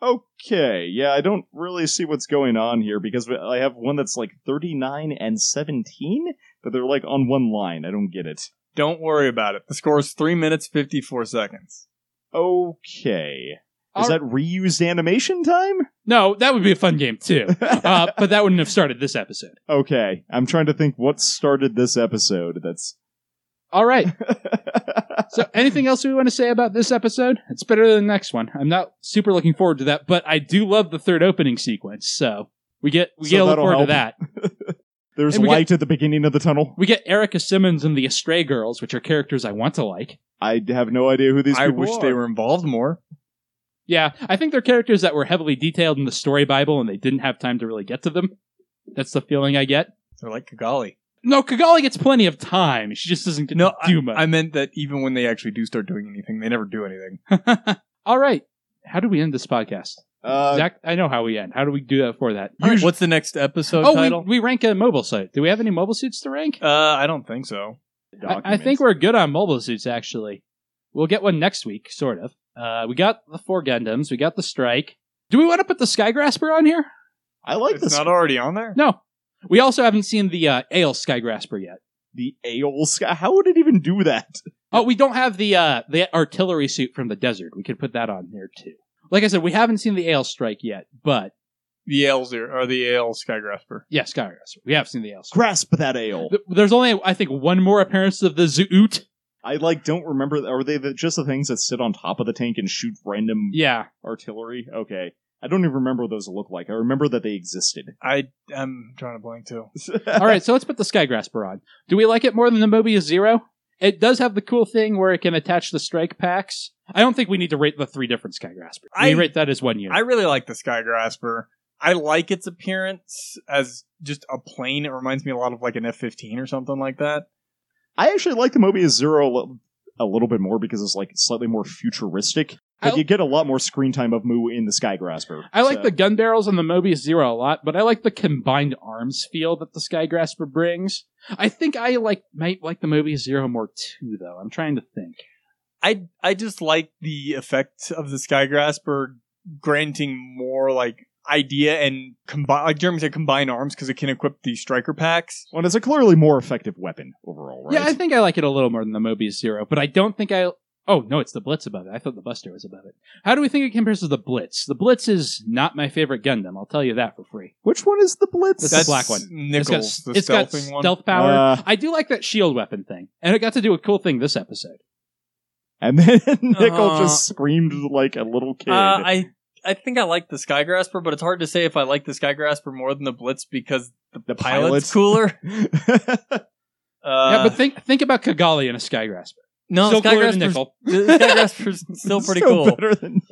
[SPEAKER 4] Okay, yeah, I don't really see what's going on here because I have one that's like 39 and 17, but they're like on one line. I don't get it.
[SPEAKER 5] Don't worry about it. The score is three minutes fifty four seconds.
[SPEAKER 4] Okay. Is
[SPEAKER 3] All-
[SPEAKER 4] that reused animation time?
[SPEAKER 3] No, that would be a fun game too, uh, but that wouldn't have started this episode.
[SPEAKER 4] Okay, I'm trying to think what started this episode. That's.
[SPEAKER 3] All right. so, anything else we want to say about this episode? It's better than the next one. I'm not super looking forward to that, but I do love the third opening sequence. So we get we
[SPEAKER 4] So
[SPEAKER 3] get a look
[SPEAKER 4] that'll
[SPEAKER 3] forward to
[SPEAKER 4] help.
[SPEAKER 3] that.
[SPEAKER 4] There's
[SPEAKER 3] And we get-
[SPEAKER 4] light at the beginning of the tunnel.
[SPEAKER 3] We get Erica Simmons and the Estray Girls, which are characters I want to like.
[SPEAKER 4] I have no idea who these
[SPEAKER 5] I
[SPEAKER 4] people
[SPEAKER 5] wish
[SPEAKER 4] are.
[SPEAKER 5] they were involved more.
[SPEAKER 3] Yeah, I think they're characters that were heavily detailed in the story bible, and they didn't have time to really get to them. That's the feeling I get.
[SPEAKER 5] They're like Kigali.
[SPEAKER 3] No, Kigali gets plenty of time. She just doesn't get
[SPEAKER 5] No,
[SPEAKER 3] to do
[SPEAKER 5] I, I
[SPEAKER 3] much.
[SPEAKER 5] meant that even when they actually do start doing anything, they never do anything.
[SPEAKER 3] All right. How do we end this podcast?
[SPEAKER 4] Uh,
[SPEAKER 3] Zach, I know how we end. How do we do that for that?
[SPEAKER 5] All right, what's the next episode
[SPEAKER 3] oh,
[SPEAKER 5] title?
[SPEAKER 3] We, we rank a mobile site. Do we have any mobile suits to rank?
[SPEAKER 5] uh, I don't think so.
[SPEAKER 3] I, I think we're good on mobile suits, actually. We'll get one next week, sort of. Uh, we got the four Gundams. We got the Strike. Do we want to put the Skygrasper on here?
[SPEAKER 4] I like
[SPEAKER 5] it's
[SPEAKER 4] this.
[SPEAKER 5] not already on there.
[SPEAKER 3] No. We also haven't seen the uh, Ale Skygrasper yet.
[SPEAKER 4] the ale sky. How would it even do that?
[SPEAKER 3] Oh, we don't have the uh, the artillery suit from the desert. We could put that on there too. Like I said, we haven't seen the Ale Strike yet, but
[SPEAKER 5] The Ales here, or the Ale Skygrasper.
[SPEAKER 3] yeah, Skygrasper. We have seen the Ale Strike.
[SPEAKER 4] Grasp that ale.
[SPEAKER 3] Th- There's only, I think, one more appearance of the Zoot.
[SPEAKER 4] I like don't remember. Are they the, just the things that sit on top of the tank and shoot random
[SPEAKER 3] Yeah.
[SPEAKER 4] artillery? Okay, I don't even remember what those look like. I remember that they existed.
[SPEAKER 5] I am trying to blank too.
[SPEAKER 3] All right, so let's put the Skygrasper on. Do we like it more than the Mobius Zero? It does have the cool thing where it can attach the strike packs. I don't think we need to rate the three different Skygrasper.
[SPEAKER 5] I-
[SPEAKER 3] we rate that as one unit.
[SPEAKER 5] I really like the Skygrasper. I like its appearance as just a plane. It reminds me a lot of like an F fifteen or something like that.
[SPEAKER 4] I actually like the Mobius Zero a li- a little bit more because it's like slightly more futuristic. But
[SPEAKER 3] I-
[SPEAKER 4] you get a lot more screen time of Moo in the Skygrasper.
[SPEAKER 3] I like
[SPEAKER 4] so-
[SPEAKER 3] the gun barrels on the Mobius Zero a lot, but I like the combined arms feel that the Skygrasper brings. I think I like might like the Mobius Zero more too, though. I'm trying to think.
[SPEAKER 5] I I just like the effect of the Skygrasper granting more like idea and combine like Jeremy said combine arms because it can equip the striker packs.
[SPEAKER 4] Well, it's a clearly more effective weapon overall, right?
[SPEAKER 3] Yeah, I think I like it a little more than the Mobius Zero, but I don't think I. Oh no, it's the Blitz above it. I thought the Buster was above it. How do we think it compares to the Blitz? The Blitz is not my favorite Gundam. I'll tell you that for free.
[SPEAKER 4] Which one is the Blitz?
[SPEAKER 3] That's the black one. It's got,
[SPEAKER 5] Nichols, the
[SPEAKER 3] it's got
[SPEAKER 5] stealthing one.
[SPEAKER 3] stealth power.
[SPEAKER 4] Uh.
[SPEAKER 3] I do like that shield weapon thing, and it got to do a cool thing this episode.
[SPEAKER 4] And then Nickel
[SPEAKER 5] Uh,
[SPEAKER 4] just screamed like a little kid.
[SPEAKER 5] Uh, I I think I like the Skygrasper, but it's hard to say if I like the Skygrasper more than the Blitz because the,
[SPEAKER 4] The
[SPEAKER 5] pilot's
[SPEAKER 4] pilot.
[SPEAKER 5] cooler. Uh,
[SPEAKER 3] yeah, but think think about Kigali and a Skygrasper.
[SPEAKER 5] no,
[SPEAKER 3] Still cooler than
[SPEAKER 5] Skygrasper's,
[SPEAKER 3] Nickel.
[SPEAKER 5] the Skygrasper's still pretty
[SPEAKER 4] Still
[SPEAKER 5] cool.
[SPEAKER 4] Better than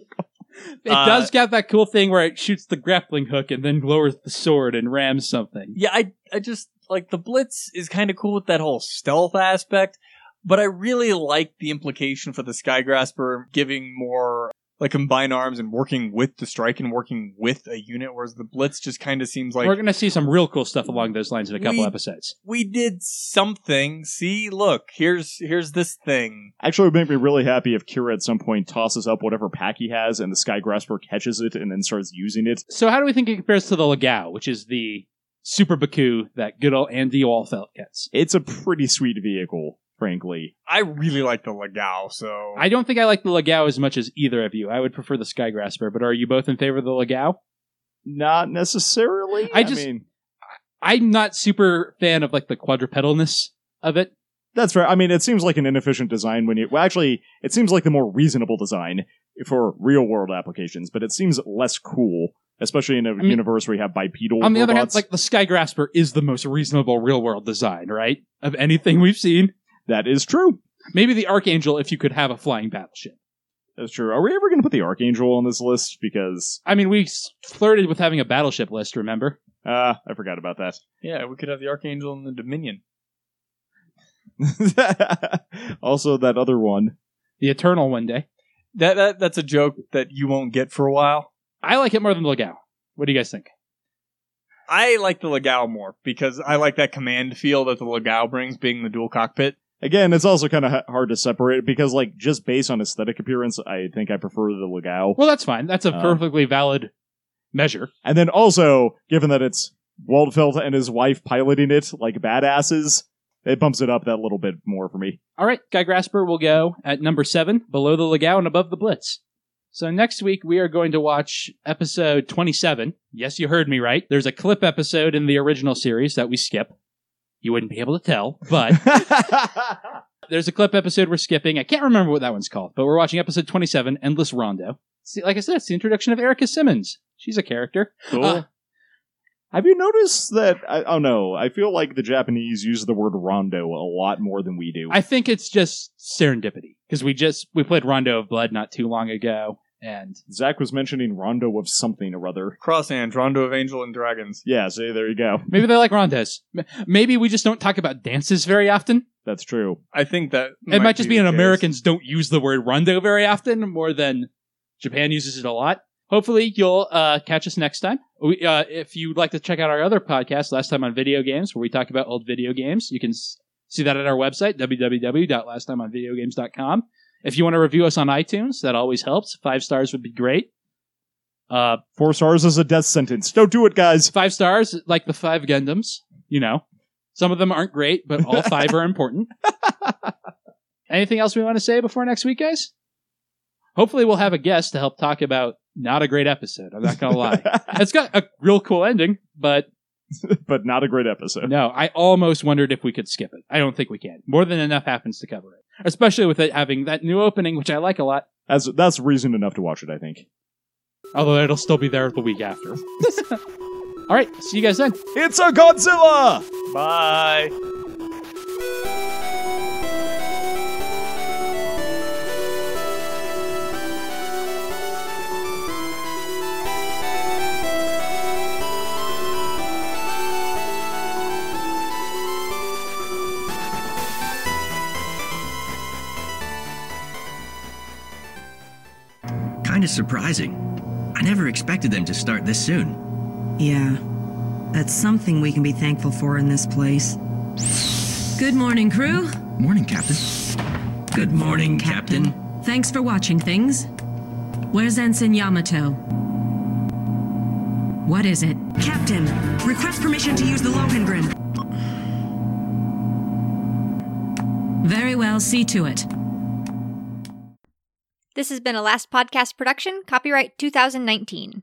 [SPEAKER 3] It
[SPEAKER 5] Uh,
[SPEAKER 3] does got that cool thing where it shoots the grappling hook and then lowers the sword and rams something.
[SPEAKER 5] Yeah, I I just like the Blitz is kind of cool with that whole stealth aspect, but I really like the implication for the Skygrasper giving more like combined arms and working with the strike and working with a unit, whereas the Blitz just kind of seems like
[SPEAKER 3] We're gonna see some real cool stuff along those lines in a couple
[SPEAKER 5] We-
[SPEAKER 3] episodes.
[SPEAKER 5] we did something. See, look, here's here's this thing.
[SPEAKER 4] Actually, it would make me really happy if Kira at some point tosses up whatever pack he has and the Skygrasper catches it and then starts using it.
[SPEAKER 3] So how do we think it compares to the Legao, which is the Super Baku that good old Andy Wallfelt gets?
[SPEAKER 4] It's a pretty sweet vehicle, frankly.
[SPEAKER 5] I really like the Legao, so
[SPEAKER 3] I don't think I like the Legao as much as either of you. I would prefer the Skygrasper, but are you both in favor of the Legao?
[SPEAKER 4] Not necessarily.
[SPEAKER 3] I just-
[SPEAKER 4] mean,
[SPEAKER 3] I'm not super fan of like the quadrupedalness of it.
[SPEAKER 4] that's right. I mean, it seems like an inefficient design when you. Well, actually, it seems like the more reasonable design for real world applications, but it seems less cool, especially in a
[SPEAKER 3] mean-
[SPEAKER 4] universe where you have bipedal.
[SPEAKER 3] On the other hand,
[SPEAKER 4] robots.
[SPEAKER 3] like the Skygrasper is the most reasonable real world design, right? Of anything we've seen.
[SPEAKER 4] that is true.
[SPEAKER 3] Maybe the Archangel if you could have a flying battleship.
[SPEAKER 4] That's true. Are we ever going to put the Archangel on this list? Because
[SPEAKER 3] I mean, we s- flirted with having a battleship list, remember?
[SPEAKER 4] uh, I forgot about that.
[SPEAKER 5] yeah, we could have the Archangel and the Dominion.
[SPEAKER 4] also, that other one.
[SPEAKER 3] The Eternal one day.
[SPEAKER 5] That, that that's a joke that you won't get for a while.
[SPEAKER 3] I like it more than the Legao. What do you guys think?
[SPEAKER 5] I like the Legao more because I like that command feel that the Legao brings, being the dual cockpit.
[SPEAKER 4] Again, it's also kind of h- hard to separate because, like, just based on aesthetic appearance, I think I prefer the Legao.
[SPEAKER 3] Well, that's fine. That's a
[SPEAKER 4] Um,
[SPEAKER 3] perfectly valid measure.
[SPEAKER 4] And then also, given that it's Waldfeld and his wife piloting it like badasses, it bumps it up that little bit more for me.
[SPEAKER 3] All right, Guy Grasper will go at number seven, below the Legao and above the Blitz. So next week we are going to watch episode 27. Yes, you heard me right. There's a clip episode in the original series that we skip. You wouldn't be able to tell, but there's a clip episode we're skipping. I can't remember what that one's called, but we're watching episode 27, Endless Rondo. See, like I said, it's the introduction of Erica Simmons. She's a character.
[SPEAKER 4] Cool.
[SPEAKER 3] Uh,
[SPEAKER 4] Have you noticed that? I don't know. I feel like the Japanese use the word rondo a lot more than we do.
[SPEAKER 3] I think it's just serendipity because we just we played Rondo of Blood not too long ago, and
[SPEAKER 4] Zach was mentioning rondo of something or other.
[SPEAKER 5] Cross and Rondo of Angel and Dragons.
[SPEAKER 4] Yeah, see, there you go.
[SPEAKER 3] maybe they like rondos. M- Maybe we just don't talk about dances very often.
[SPEAKER 4] That's true.
[SPEAKER 5] I think that
[SPEAKER 3] it might just be
[SPEAKER 5] the
[SPEAKER 3] an
[SPEAKER 5] case.
[SPEAKER 3] Americans don't use the word rondo very often more than Japan uses it a lot. Hopefully, you'll uh, catch us next time. We, uh, if you'd like to check out our other podcast, last time on video games, where we talk about old video games, you can s- see that at our website, www.lasttimeonvideogames.com. If you want to review us on iTunes, that always helps. Five stars would be great. Uh,
[SPEAKER 4] Four stars is a death sentence. Don't do it, guys.
[SPEAKER 3] five stars, like the five Gundams, you know. Some of them aren't great, but all five are important. Anything else we want to say before next week, guys? Hopefully, we'll have a guest to help talk about not a great episode. I'm not going to lie. It's got a real cool ending, but
[SPEAKER 4] but not a great episode.
[SPEAKER 3] no, I almost wondered if we could skip it. I don't think we can. More than enough happens to cover it, especially with it having that new opening, which I like a lot.
[SPEAKER 4] That's that's reason enough to watch it, I think.
[SPEAKER 3] Although it'll still be there the week after. All right, see you guys then.
[SPEAKER 4] It's a Godzilla!
[SPEAKER 5] Bye.
[SPEAKER 2] Kinda surprising. I never expected them to start this soon.
[SPEAKER 7] Yeah, that's something we can be thankful for in this place. Good morning, crew.
[SPEAKER 2] Morning, Captain. Good morning,
[SPEAKER 7] Thanks for watching things. Where's Ensign Yamato? What is it? Captain, request permission to use the Lohengrin. Very well, see to it.
[SPEAKER 8] This has been a Last Podcast production, copyright 2019.